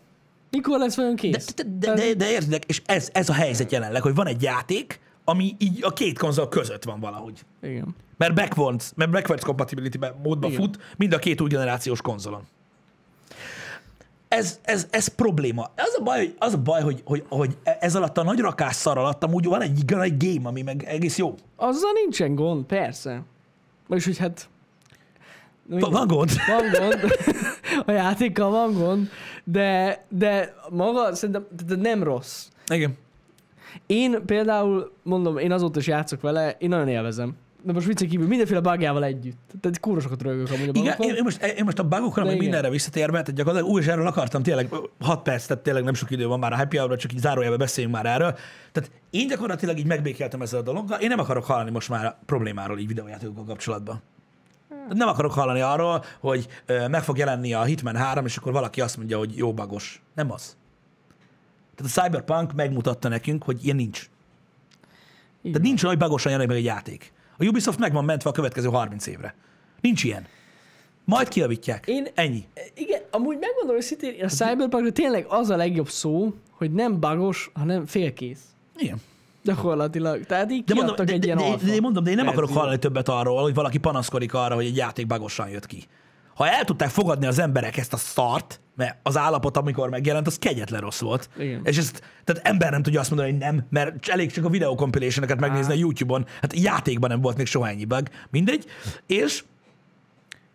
Speaker 2: Mikor lesz vajon kész?
Speaker 1: De, de, de, de értitek, és ez, ez a helyzet jelenleg, hogy van egy játék, ami így a két konzol között van valahogy.
Speaker 2: Igen.
Speaker 1: Mert backwards, mert backwards compatibility módban
Speaker 2: Igen.
Speaker 1: fut mind a két új generációs konzolon. Ez, ez, ez probléma. Az a baj, hogy, az a baj, hogy, hogy, hogy e- ez alatt a nagy rakás szar alatt amúgy van egy, van egy game, ami meg egész jó.
Speaker 2: Azzal nincsen gond, persze. Vagyis, hogy hát... Na
Speaker 1: Van-
Speaker 2: mindegy.
Speaker 1: Van gond.
Speaker 2: Van gond. A játékkal van gond, de, de maga szerintem de nem rossz.
Speaker 1: Igen.
Speaker 2: Én például, mondom, én azóta is játszok vele, én nagyon élvezem. De most viccen kívül mindenféle bugjával együtt. Tehát kúrosokat rögök amúgy a
Speaker 1: Igen,
Speaker 2: bugokon.
Speaker 1: én, én, most, én most a bugokra,
Speaker 2: De
Speaker 1: meg
Speaker 2: igen.
Speaker 1: mindenre visszatérve, tehát gyakorlatilag új, és erről akartam tényleg, 6 perc, tehát tényleg nem sok idő van már a happy hour csak így zárójelbe beszéljünk már erről. Tehát én gyakorlatilag így megbékeltem ezzel a dologgal, én nem akarok hallani most már a problémáról így videójátékokkal kapcsolatban. Tehát Nem akarok hallani arról, hogy ö, meg fog jelenni a Hitman 3, és akkor valaki azt mondja, hogy jó bagos. Nem az. Tehát a Cyberpunk megmutatta nekünk, hogy ilyen nincs.
Speaker 2: Így
Speaker 1: Tehát nincs olyan, hogy bagosan jelenik meg egy játék. A Ubisoft meg van mentve a következő 30 évre. Nincs ilyen. Majd kiavítják.
Speaker 2: Én-
Speaker 1: Ennyi.
Speaker 2: Igen, amúgy megmondom őszintén, én a Cyberpunkra tényleg az a legjobb szó, hogy nem bagos, hanem félkész.
Speaker 1: Igen.
Speaker 2: Gyakorlatilag. Tehát így
Speaker 1: De mondom,
Speaker 2: kiadtak
Speaker 1: de,
Speaker 2: egy
Speaker 1: de,
Speaker 2: ilyen
Speaker 1: de,
Speaker 2: alfa.
Speaker 1: de, mondom, de én nem
Speaker 2: verzió.
Speaker 1: akarok hallani többet arról, hogy valaki panaszkodik arra, hogy egy játék bagosan jött ki. Ha el tudták fogadni az emberek ezt a szart, mert az állapot, amikor megjelent, az kegyetlen rossz volt.
Speaker 2: Igen.
Speaker 1: És ezt, tehát ember nem tudja azt mondani, hogy nem, mert c- elég csak a videó compilation megnézni a YouTube-on. Hát játékban nem volt még soha ennyi bug. Mindegy. És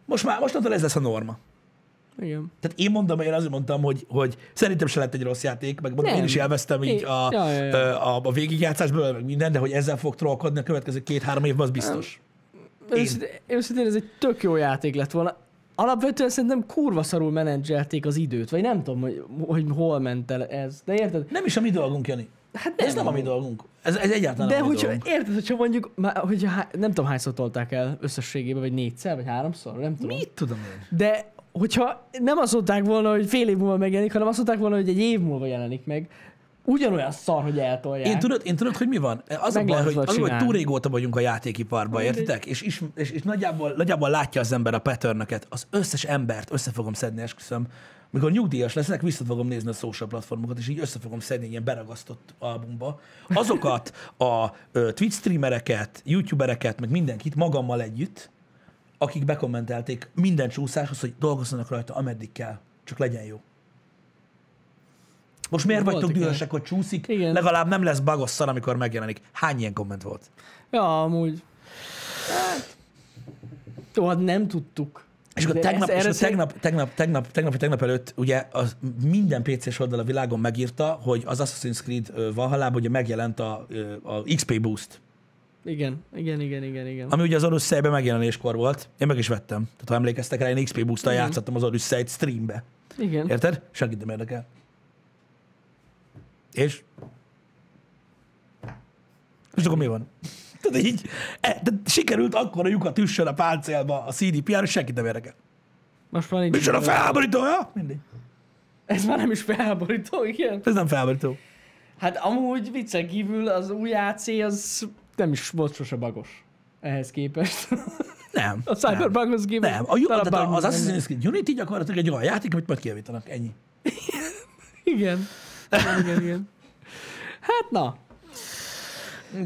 Speaker 1: most már, mostantól ez lesz a norma.
Speaker 2: Igen.
Speaker 1: Tehát én mondom, én azért mondtam, hogy, hogy szerintem se lett egy rossz játék, meg mondom,
Speaker 2: Nem.
Speaker 1: én is elvesztem így
Speaker 2: Én-
Speaker 1: a,
Speaker 2: Ja, ja, ja.
Speaker 1: ö, a, a végigjátszásból, meg minden, de hogy ezzel fog trollkodni a következő két-három évben, az biztos. Én.
Speaker 2: Őszintén, őszintén ez egy tök jó játék lett volna. Alapvetően szerintem kurva szarul menedzselték az időt, vagy nem tudom, hogy, hogy hol ment el ez. De érted?
Speaker 1: Nem is a mi dolgunk, Jani.
Speaker 2: Hát
Speaker 1: Ez nem a mi dolgunk. Ez, ez egyáltalán
Speaker 2: De
Speaker 1: nem a mi
Speaker 2: hogyha,
Speaker 1: dolgunk.
Speaker 2: érted, hogyha mondjuk, már, hogyha, há- nem tudom hányszor tolták el összességében, vagy négyszer, vagy háromszor, nem tudom.
Speaker 1: Mit tudom én?
Speaker 2: De hogyha nem azt mondták volna, hogy fél év múlva megjelenik, hanem azt mondták volna, hogy egy év múlva jelenik meg, ugyanolyan szar, hogy eltolják.
Speaker 1: Én tudod, én tudod, hogy mi van? Az a
Speaker 2: Meg
Speaker 1: baj,
Speaker 2: lehet
Speaker 1: hogy,
Speaker 2: volt
Speaker 1: az, a baj, hogy túl
Speaker 2: csinálni.
Speaker 1: régóta vagyunk a játékiparban, értitek? És, és, és, és nagyjából, nagyjából látja az ember a patternöket. Az összes embert össze fogom szedni, esküszöm. Mikor nyugdíjas leszek, vissza fogom nézni a social platformokat, és így össze fogom szedni egy ilyen beragasztott albumba. Azokat a ö, Twitch streamereket, youtubereket, meg mindenkit magammal együtt, akik bekommentelték minden csúszáshoz, hogy dolgozzanak rajta, ameddig kell, csak legyen jó. Most miért
Speaker 2: Voltak
Speaker 1: vagytok
Speaker 2: ilyen.
Speaker 1: dühösek, hogy csúszik?
Speaker 2: Igen.
Speaker 1: Legalább nem lesz bagos szar, amikor megjelenik. Hány ilyen komment volt?
Speaker 2: Ja, amúgy. Hát. Jó, hát nem tudtuk.
Speaker 1: És akkor
Speaker 2: De
Speaker 1: tegnap,
Speaker 2: ezt-
Speaker 1: és akkor
Speaker 2: erre szerint-
Speaker 1: tegnap, tegnap, tegnap, tegnap, vagy tegnap előtt ugye az minden PC-s oldal a világon megírta, hogy az Assassin's Creed ö, Valhallában ugye megjelent a, ö, a XP Boost,
Speaker 2: Igen, igen, igen, igen, igen.
Speaker 1: ami ugye az Odyssey-ben megjelenéskor volt. Én meg is vettem. Tehát ha emlékeztek rá, én XP Boost-tal
Speaker 2: Igen.
Speaker 1: játszottam az Odyssey-t streambe.
Speaker 2: Igen.
Speaker 1: Érted? Senkit nem érdekel. És? És akkor mi van? Tudod, így, e, de sikerült akkor a lyukat üssön a páncélba a CDPR, és senkit nem érdekel.
Speaker 2: Most már nincs.
Speaker 1: Micsoda felháborító, ja? Mindig.
Speaker 2: Ez már nem is felháborító, igen.
Speaker 1: Ez nem felháborító.
Speaker 2: Hát amúgy viccen kívül az új AC az nem is volt sose bagos. Ehhez képest.
Speaker 1: Nem.
Speaker 2: A Cyberpughoz képest.
Speaker 1: Nem. A, jó,
Speaker 2: talán
Speaker 1: tehát
Speaker 2: bug
Speaker 1: az
Speaker 2: lenne.
Speaker 1: Assassin's Creed Unity gyakorlatilag egy olyan játék, amit majd kijavítanak. Ennyi.
Speaker 2: Igen. Igen, igen, igen. Hát na,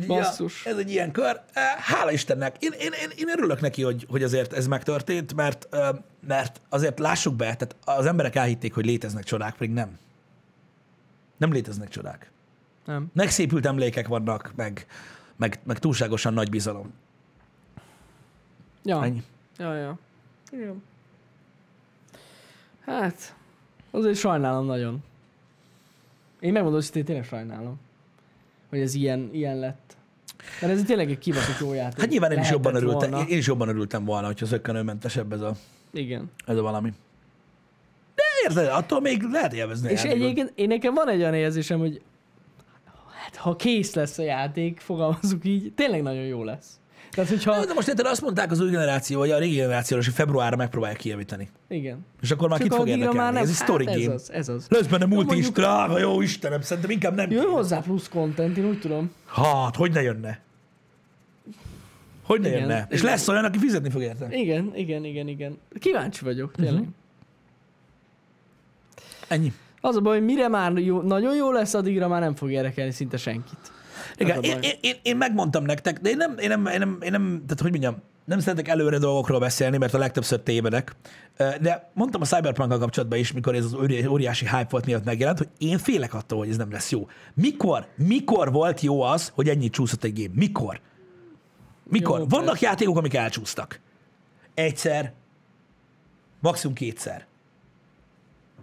Speaker 2: Basszus.
Speaker 1: Ja, ez egy ilyen kör. Eh, Hála Istennek. Én, én, én, én örülök neki, hogy, hogy azért ez megtörtént, mert, ö, mert azért lássuk be, tehát az emberek elhitték, hogy léteznek csodák, pedig nem. Nem léteznek csodák.
Speaker 2: nem.
Speaker 1: Megszépült emlékek vannak, meg, meg, meg túlságosan nagy bizalom.
Speaker 2: Ja.
Speaker 1: Ennyi.
Speaker 2: Ja, ja. Igen. Hát, azért sajnálom nagyon. Én megmondom, hogy tényleg sajnálom, hogy ez ilyen, ilyen lett. Mert ez tényleg egy kibaszott jó játék.
Speaker 1: Hát nyilván én is,
Speaker 2: Lehetett
Speaker 1: jobban örültem,
Speaker 2: volna.
Speaker 1: én is jobban örültem volna, hogyha zöggenőmentesebb ez a,
Speaker 2: Igen.
Speaker 1: ez a valami. De érted, attól még lehet élvezni. a
Speaker 2: És
Speaker 1: játékot.
Speaker 2: egyébként én nekem van egy olyan érzésem, hogy hát, ha kész lesz a játék, fogalmazunk így, tényleg nagyon jó lesz. Tehát, hogyha...
Speaker 1: Jó, De most érted, azt mondták az új generáció, vagy a régi generációs, hogy februárra megpróbálják kijavítani.
Speaker 2: Igen.
Speaker 1: És akkor már kit fog
Speaker 2: addigra
Speaker 1: érdekelni? Ez egy story
Speaker 2: hát
Speaker 1: game.
Speaker 2: Ez az, ez az.
Speaker 1: Lesz benne multi is,
Speaker 2: mondjuk-
Speaker 1: drága, jó Istenem, szerintem inkább nem.
Speaker 2: Jön hozzá plusz content, én úgy tudom.
Speaker 1: Hát, hogy ne jönne? Hogy ne
Speaker 2: Igen,
Speaker 1: jönne? És
Speaker 2: igen.
Speaker 1: lesz olyan, aki fizetni fog érte.
Speaker 2: Igen, igen, igen, igen. Kíváncsi vagyok, tényleg. Uh-huh.
Speaker 1: Ennyi.
Speaker 2: Az a baj, hogy mire már jó, nagyon jó lesz, addigra már nem fog érdekelni szinte senkit.
Speaker 1: Igen,
Speaker 2: Hát a
Speaker 1: én,
Speaker 2: baj.
Speaker 1: én, én, én, megmondtam nektek, de én nem, én nem, én nem, én nem, tehát hogy mondjam, nem szeretek előre dolgokról beszélni, mert a legtöbbször tévedek. Ö, De mondtam a cyberpunk kapcsolatban is, mikor ez az óri- óriási hype volt miatt megjelent, hogy én félek attól, hogy ez nem lesz jó. Mikor, mikor volt jó az, hogy ennyit csúszott egy game? Mikor? Mikor?
Speaker 2: Jó,
Speaker 1: Vannak játékok, amik elcsúsztak. Egyszer, maximum kétszer.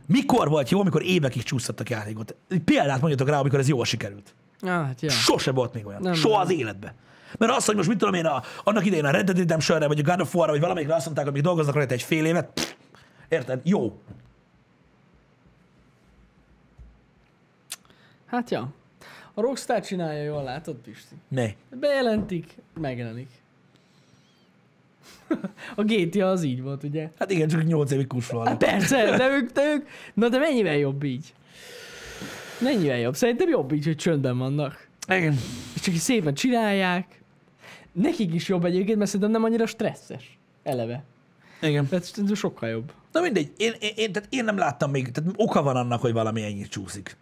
Speaker 1: Mikor volt jó, amikor évekig csúsztattak játékot? Egy Példát mondjatok rá, amikor ez jól sikerült.
Speaker 2: Ah, hát ja.
Speaker 1: Sose volt még olyan. Nem,
Speaker 2: Nem,
Speaker 1: Soha
Speaker 2: nem.
Speaker 1: az életben. Mert azt, hogy most mit tudom én, a, annak idején a Red Dead Redemptionre, vagy a God of War-ra, vagy valamelyikre azt mondták, hogy még dolgoznak rajta egy fél évet, pff, érted? Jó.
Speaker 2: Hát ja. A Rockstar csinálja jól, látod Pisti?
Speaker 1: Ne.
Speaker 2: Bejelentik, megjelenik. a GTA az így volt, ugye?
Speaker 1: Hát igen, csak 8 évig
Speaker 2: Hát
Speaker 1: kusfolnak.
Speaker 2: persze, de ők, de ők, na de mennyivel jobb így? Mennyivel jobb? Szerintem jobb így, hogy csöndben vannak.
Speaker 1: Igen.
Speaker 2: És csak így szépen csinálják. Nekik is jobb egyébként, mert szerintem nem annyira stresszes. Eleve.
Speaker 1: Igen.
Speaker 2: Tehát szerintem sokkal jobb.
Speaker 1: Na mindegy, én, én, én, tehát én nem láttam még, tehát oka van annak, hogy valami ennyit csúszik.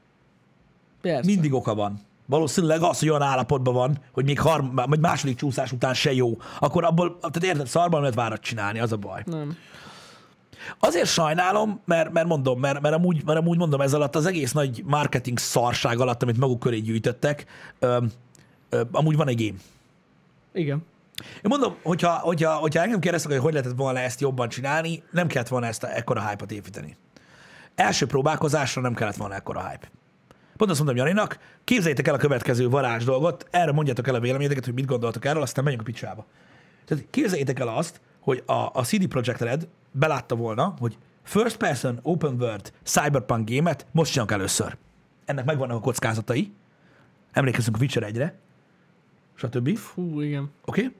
Speaker 2: Persze.
Speaker 1: Mindig oka van. Valószínűleg az, hogy olyan állapotban van, hogy még harm, vagy második csúszás után se jó, akkor abból, tehát érted, szarban lehet várat csinálni, az a baj.
Speaker 2: Nem.
Speaker 1: Azért sajnálom, mert, mert mondom, mert, mert, amúgy, mert amúgy mondom, ez alatt az egész nagy marketing szarság alatt, amit maguk köré gyűjtöttek, öm, öm, amúgy van egy game.
Speaker 2: Igen.
Speaker 1: Én mondom, hogyha, hogyha, hogyha engem kérdeztek, hogy hogy lehetett volna ezt jobban csinálni, nem kellett volna ezt a, ekkora hype-ot építeni. Első próbálkozásra nem kellett volna ekkora hype. Pont azt mondom Janinak, képzeljétek el a következő varázs dolgot, erre mondjátok el a véleményeteket, hogy mit gondoltok erről, aztán menjünk a picsába. Tehát képzeljétek el azt, hogy a, a CD Projekt Red belátta volna, hogy first person open world cyberpunk gémet most csinálunk először. Ennek megvannak a kockázatai, emlékezünk a Witcher 1-re, stb. Oké?
Speaker 2: Hú, igen.
Speaker 1: Okay?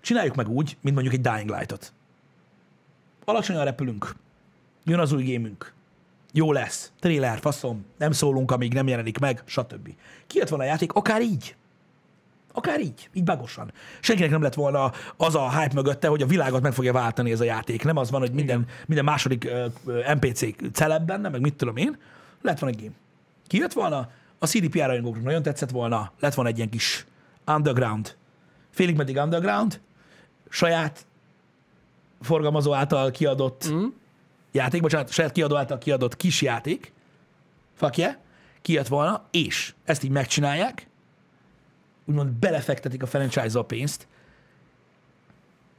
Speaker 1: Csináljuk meg úgy, mint mondjuk egy Dying Light-ot. Alacsonyan repülünk. Jön az új gémünk. Jó lesz. Trailer, faszom. Nem szólunk, amíg nem jelenik meg, stb. Kijött volna a játék, akár így. Akár így, így bagosan. Senkinek nem lett volna az a hype mögötte, hogy a világot meg fogja váltani ez a játék. Nem az van, hogy minden, minden második ö, ö, NPC celeb benne, meg mit tudom én. Lett volna egy game. Kijött volna, a CDP rajongóknak nagyon tetszett volna, lett volna egy ilyen kis underground, félig meddig underground, saját forgalmazó által kiadott mm. játék, bocsánat, saját kiadó által kiadott kis játék, fuck yeah, kijött volna, és ezt így megcsinálják, úgymond belefektetik a franchise-ba a pénzt,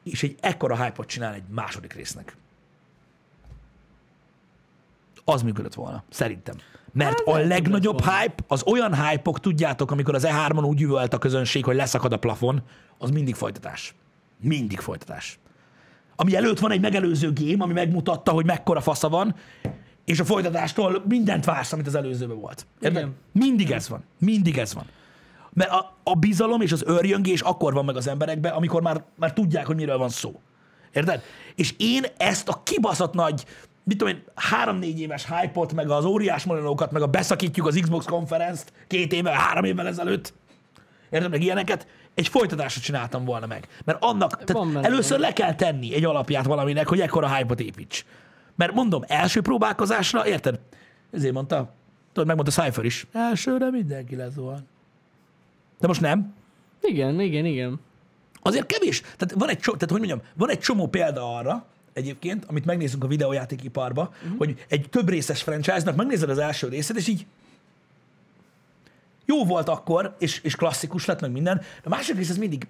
Speaker 1: és egy ekkora hype-ot csinál egy második résznek. Az működött volna, szerintem. Mert
Speaker 2: Hát
Speaker 1: a
Speaker 2: lehet, hogy
Speaker 1: legnagyobb
Speaker 2: lett volna.
Speaker 1: hype, az olyan hype-ok, tudjátok, amikor az E3-on úgy üvölt a közönség, hogy leszakad a plafon, az mindig folytatás. Mindig folytatás. Ami előtt van egy megelőző game, ami megmutatta, hogy mekkora fasza van, és a folytatástól mindent vársz, amit az előzőben volt. Érted?
Speaker 2: Igen.
Speaker 1: Mindig ez van. Mindig ez van. Mert a, a bizalom és az örjöngés akkor van meg az emberekben, amikor már, már tudják, hogy miről van szó. Érted? És én ezt a kibaszott nagy, mit tudom én, három-négy éves hype-ot, meg az óriás molinókat, meg a beszakítjuk az Xbox konferenzt két éve, három évvel ezelőtt, érted meg ilyeneket, egy folytatásra csináltam volna meg. Mert annak,
Speaker 2: Van
Speaker 1: tehát
Speaker 2: benne
Speaker 1: először le kell tenni egy alapját valaminek, hogy ekkora hype-ot építs. Mert mondom, első próbálkozásra, érted? Ezért mondta, tudod, megmondta Cypher is. Elsőre mindenki lezuhan. De most nem.
Speaker 2: Igen, igen, igen.
Speaker 1: Azért kevés. Tehát van egy, csomó, tehát hogy mondjam, van egy csomó példa arra, egyébként, amit megnézünk a videójátékiparba,
Speaker 2: Mhm.
Speaker 1: uh-huh. hogy egy több részes franchise-nak megnézed az első részét, és így jó volt akkor, és, és klasszikus lett meg minden, de a második rész az mindig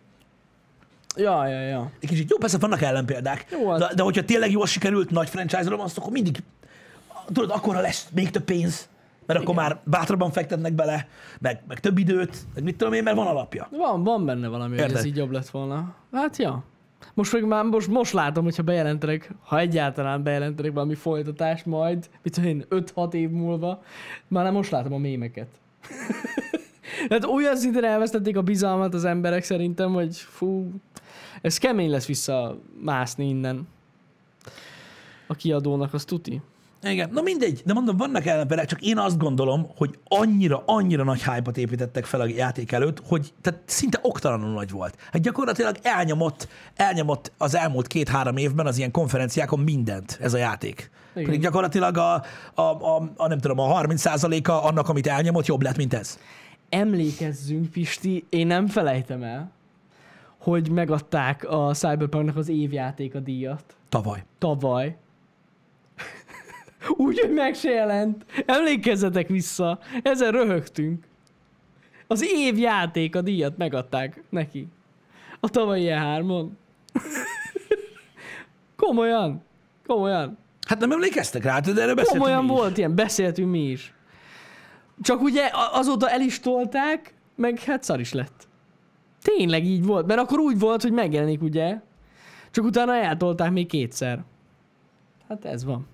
Speaker 2: Ja, ja, ja.
Speaker 1: egy kicsit jó, persze vannak ellenpéldák,
Speaker 2: Jó, hát-
Speaker 1: de, de hogyha tényleg jól sikerült nagy franchise-ra van szó, akkor mindig, tudod, akkor lesz még több pénz, mert akkor már bátrabban fektetnek bele, meg, meg több időt, meg mit tudom én, mert van alapja.
Speaker 2: Van, van benne valami, hogy
Speaker 1: Érted?
Speaker 2: ez így jobb lett volna. Hát ja. Most meg már most, most látom, hogyha bejelentenek, ha egyáltalán bejelentenek valami folytatást majd, mit tudom én, 5-6 év múlva, már nem most látom a mémeket. Tehát olyan szinten elvesztették a bizalmat az emberek szerintem, hogy fú, ez kemény lesz visszamászni innen. A kiadónak, az tuti.
Speaker 1: Igen, na mindegy, de mondom, vannak ellenfelek, csak én azt gondolom, hogy annyira, annyira nagy hype építettek fel a játék előtt, hogy tehát szinte oktalanul nagy volt. Hát gyakorlatilag elnyomott, elnyomott az elmúlt két-három évben az ilyen konferenciákon mindent ez a játék.
Speaker 2: Igen.
Speaker 1: Igen. Pedig gyakorlatilag a, a, a, a, nem tudom, a 30%-a annak, amit elnyomott, jobb lett, mint ez.
Speaker 2: emlékezzünk, Pisti, én nem felejtem el, hogy megadták a Cyberpunknak az évjáték a díjat
Speaker 1: Tavaly.
Speaker 2: tavaly. Úgy, hogy meg se jelent. Emlékezzetek vissza, ezen röhögtünk. Az évjáték a díjat megadták neki. A tavalyi E E3-on. komolyan, komolyan.
Speaker 1: Hát nem emlékeztek rá, de erről beszéltünk
Speaker 2: Komolyan
Speaker 1: mi is.
Speaker 2: volt ilyen, beszéltünk mi is. Csak ugye a- azóta el is tolták, meg hát szar is lett. Tényleg így volt, mert akkor úgy volt, hogy megjelenik, ugye? Csak utána eltolták még kétszer. Hát ez van.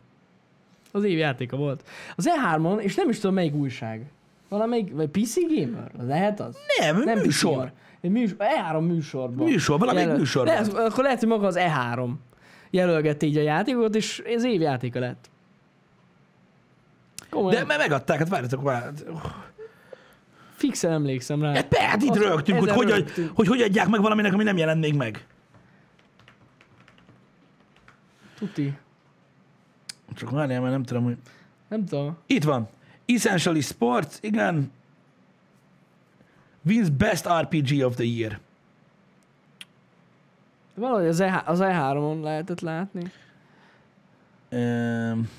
Speaker 2: Az év játéka volt. Az E3-on, és nem is tudom melyik újság. Valamelyik, vagy PC Gamer? Lehet az?
Speaker 1: Nem, nem
Speaker 2: PC
Speaker 1: műsor.
Speaker 2: Gamer. Egy E műsor, E3 műsorban.
Speaker 1: Műsor, valamelyik műsor
Speaker 2: Lehet, akkor lehet, hogy maga az E3 jelölgette így a játékot, és ez évjátéka lett.
Speaker 1: De
Speaker 2: Komolyan, De...
Speaker 1: mert megadták, hát várjatok már.
Speaker 2: fixen emlékszem rá.
Speaker 1: Hát be, hát itt
Speaker 2: Azt-
Speaker 1: rögtünk, hogy
Speaker 2: ezen
Speaker 1: hogy,
Speaker 2: röhögtünk.
Speaker 1: hogy hogy hogy adják meg valaminek, ami nem jelent még meg.
Speaker 2: Tuti.
Speaker 1: Csak várjál, mert nem tudom, hogy...
Speaker 2: Nem tudom.
Speaker 1: Itt van. Essentially Sports, igen. Wins Best RPG of the Year.
Speaker 2: Valahogy az, E3, az E3-on lehetett látni.
Speaker 1: Um,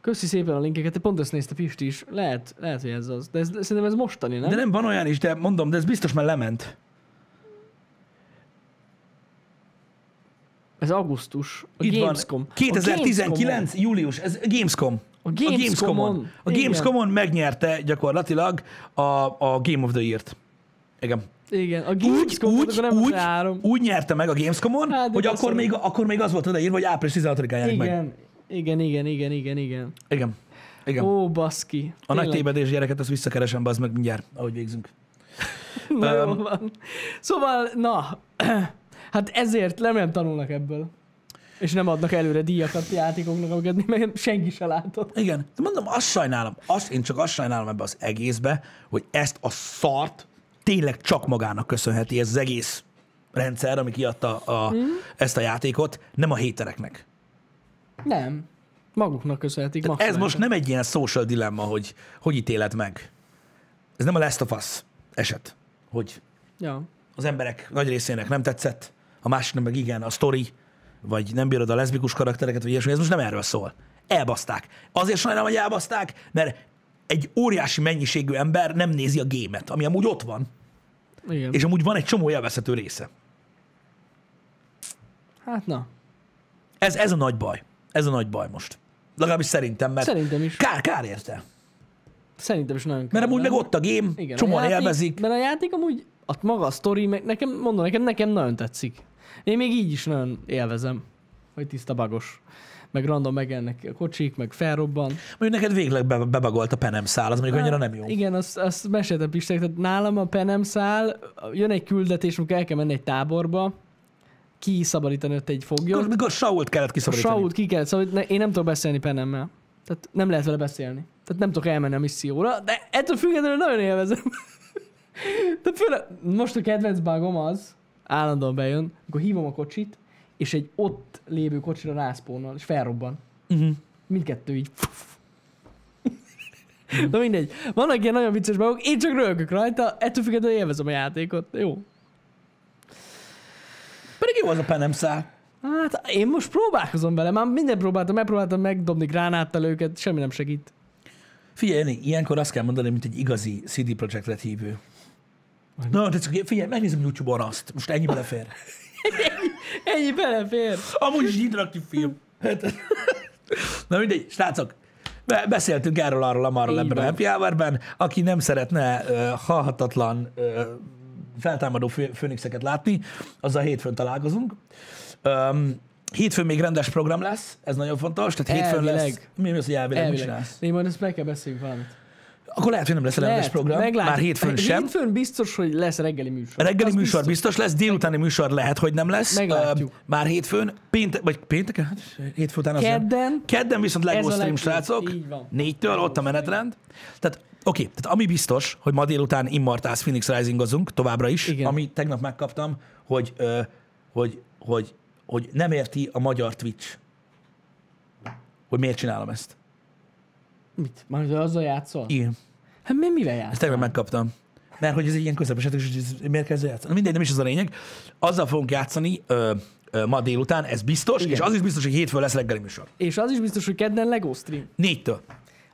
Speaker 2: Köszi szépen a linkeket, pont ezt nézte Pisti is. Lehet, lehet, hogy ez az. De ez, szerintem ez mostani, nem?
Speaker 1: de nem van olyan is, de mondom, de ez biztos már lement.
Speaker 2: Ez augusztus. A
Speaker 1: Itt
Speaker 2: Gamescom.
Speaker 1: van. 2019.
Speaker 2: A
Speaker 1: július, ez Gamescom.
Speaker 2: A Gamescomon.
Speaker 1: A
Speaker 2: Igen.
Speaker 1: Gamescomon megnyerte gyakorlatilag a, a Game of the Year-t. Igen.
Speaker 2: Gamescom, igen, a E
Speaker 1: Úgy,
Speaker 2: Gamescom,
Speaker 1: úgy,
Speaker 2: hát akkor nem
Speaker 1: úgy,
Speaker 2: az E3.
Speaker 1: úgy nyerte meg a Gamescomon,
Speaker 2: Hát,
Speaker 1: hát,
Speaker 2: de
Speaker 1: hogy
Speaker 2: persze.
Speaker 1: akkor még, akkor még az volt odaírva, hogy április 16-án jelenik meg.
Speaker 2: Igen, igen, igen, igen, igen, igen.
Speaker 1: Igen. Igen.
Speaker 2: Ó, baszki.
Speaker 1: A nagy
Speaker 2: Tényleg.
Speaker 1: tévedés gyereket, azt visszakeresem, bazd meg mindjárt, ahogy végzünk.
Speaker 2: Na,
Speaker 1: Öm.
Speaker 2: jól van. Szóval, na, hát ezért nem, nem tanulnak ebből. És nem adnak előre díjakat játékoknak, amiket még senki se látott.
Speaker 1: Igen, de mondom, azt sajnálom, azt, én csak azt sajnálom ebbe az egészbe, hogy ezt a szart tényleg csak magának köszönheti ez az egész rendszer, ami kiadta a, ezt a játékot, nem a hétereknek.
Speaker 2: Nem. Maguknak köszönhetik.
Speaker 1: Tehát ez
Speaker 2: maximálisan.
Speaker 1: most nem egy ilyen social dilemma, hogy hogy ítéled meg. Ez nem a Last of Us eset, hogy
Speaker 2: Ja.
Speaker 1: az emberek nagy részének nem tetszett, a másiknak meg igen, a sztori, vagy nem bírod a leszbikus karaktereket, vagy ilyesmi, ez most nem erről szól. Elbaszták. Azért sajnálom, hogy elbaszták, mert egy óriási mennyiségű ember nem nézi a gémet, ami amúgy ott van,
Speaker 2: Igen.
Speaker 1: és amúgy van egy csomó élvezhető része.
Speaker 2: Hát na.
Speaker 1: Ez, ez a nagy baj. Ez a nagy baj most. Legalábbis szerintem, mert
Speaker 2: Szerintem is.
Speaker 1: kár, kár érte.
Speaker 2: Szerintem is nagyon
Speaker 1: Mert
Speaker 2: kell,
Speaker 1: amúgy
Speaker 2: nem?
Speaker 1: meg ott a game,
Speaker 2: Igen,
Speaker 1: csomóan
Speaker 2: a játék,
Speaker 1: élvezik.
Speaker 2: Mert a játék amúgy, ott maga a sztori, meg nekem, mondom, nekem, nekem nagyon tetszik. Én még így is nagyon élvezem, hogy tiszta bagos. meg random megennek a kocsik, meg felrobban.
Speaker 1: Mondjuk neked végleg be- bebagolt a penem szál, az mondjuk annyira nem jó.
Speaker 2: Igen, azt, azt meséltem Pistek, tehát nálam a penem száll, jön egy küldetés, amikor el kell menni egy táborba, kiszabadítani ott egy
Speaker 1: Mikor,
Speaker 2: foglyot.
Speaker 1: mikor Sault kellett
Speaker 2: A
Speaker 1: kiszabadítani.
Speaker 2: Saul ki kell, szóval ne, én nem tudok beszélni penemmel. Tehát nem lehet vele beszélni. Tehát nem tudok elmenni a misszióra, de ettől függetlenül nagyon élvezem. De főleg, most a kedvenc bugom az, állandóan bejön, amikor hívom a kocsit, és egy ott lévő kocsira rászpónol, és felrobban.
Speaker 1: Uh-huh.
Speaker 2: Mindkettő így. Na mindegy. Vannak ilyen nagyon vicces bugok, én csak röhögök rajta, ettől függetlenül élvezem a játékot. Jó.
Speaker 1: Pedig jó az a penem szál.
Speaker 2: Hát én most próbálkozom vele, már minden próbáltam, megpróbáltam megdobni gránáttal őket, semmi nem segít.
Speaker 1: Figyelj, Jani, ilyenkor azt kell mondani, mint egy igazi CD Projekt Red hívő. Na, de csak figyelj, megnézem YouTube-on azt. Most ennyi belefér.
Speaker 2: Ennyi belefér.
Speaker 1: Amúgy is egy interaktív film. Hát- Na mindegy, srácok. Be- beszéltünk erről, arról, amarról
Speaker 2: Így
Speaker 1: ebben a
Speaker 2: van.
Speaker 1: happy hour Aki nem szeretne ö, halhatatlan ö, feltámadó fő, főnixeket látni, azzal hétfőn találkozunk. Öm, hétfőn még rendes program lesz, ez nagyon fontos. Tehát hétfőn lesz.
Speaker 2: Elvileg.
Speaker 1: Mi mi az, hogy elvileg, elvileg.
Speaker 2: Elvileg.
Speaker 1: csinálsz?
Speaker 2: Én majd ezt meg kell beszéljünk valamit.
Speaker 1: Akkor lehet, hogy nem lesz rendes program.
Speaker 2: meglátjuk.
Speaker 1: Már hétfőn sem.
Speaker 2: Hétfőn biztos, hogy lesz reggeli műsor.
Speaker 1: Reggeli
Speaker 2: Az
Speaker 1: műsor biztos. biztos lesz, délutáni műsor lehet, hogy nem lesz.
Speaker 2: Meglátjuk.
Speaker 1: Ö, Már hétfőn, péntek, vagy pénteken? Hát, hétfő után az nem.
Speaker 2: Kedden.
Speaker 1: Kedden viszont LEGO
Speaker 2: Ez a
Speaker 1: stream,
Speaker 2: legjobb.
Speaker 1: srácok.
Speaker 2: Így van.
Speaker 1: Négytől, ott a
Speaker 2: stream.
Speaker 1: menetrend. Tehát oké, tehát ami biztos, hogy ma délután Immortals Phoenix Risingozunk továbbra is,
Speaker 2: Igen.
Speaker 1: ami tegnap megkaptam, hogy, ö, hogy, hogy, hogy nem érti a magyar Twitch, hogy miért csinálom ezt.
Speaker 2: Mit? Már hogy azzal játszol?
Speaker 1: Igen,
Speaker 2: Hát mi, mivel játszol?
Speaker 1: ezt tegnap megkaptam. Mert hogy ez egy ilyen közepes, játék, és ez- miért kell ezzel játszani? Mindegy, nem is az a lényeg. Azzal fogunk játszani ö, ö, ma délután, ez biztos, Igen.
Speaker 2: Igen.
Speaker 1: és az is biztos, hogy hétfőn lesz reggeli műsor.
Speaker 2: És az is biztos, hogy kedden LEGO stream,
Speaker 1: Négytől.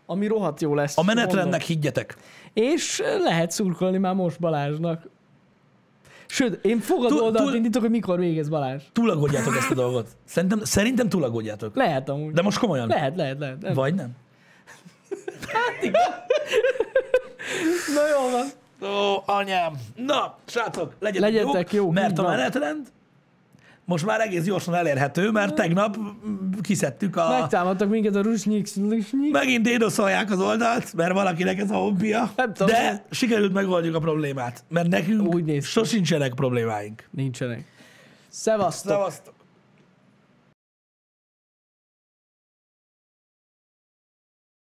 Speaker 2: ami rohadt jó lesz.
Speaker 1: A menetrendnek higgyetek.
Speaker 2: Mondom. És lehet szurkolni már most Balázsnak. Sőt, én fogadó
Speaker 1: Túl-
Speaker 2: oldalt
Speaker 1: túl-
Speaker 2: indítok, hogy mikor végez Balázs.
Speaker 1: Túlagodjátok ezt a dolgot. Szerintem, szerintem túlagodjátok.
Speaker 2: Lehet amúgy.
Speaker 1: De most komolyan.
Speaker 2: Lehet, lehet, lehet. Nem.
Speaker 1: Vagy nem?
Speaker 2: Na jó van.
Speaker 1: Ó, anyám. Na, srácok, legyetek,
Speaker 2: Legyetek jók,
Speaker 1: mert
Speaker 2: így
Speaker 1: a
Speaker 2: van.
Speaker 1: menetrend most már egész gyorsan elérhető, mert tegnap mm, kiszedtük a...
Speaker 2: Megtámadtak minket a rusnyik, rusnyik.
Speaker 1: Megint dédoszolják az oldalt, mert valakinek ez a hobbija,
Speaker 2: Nem tudom.
Speaker 1: de sikerült megoldjuk a problémát, mert nekünk
Speaker 2: Úgy néz ki.
Speaker 1: sosincsenek problémáink.
Speaker 2: Nincsenek. Szevasztok.
Speaker 1: Szevasztok!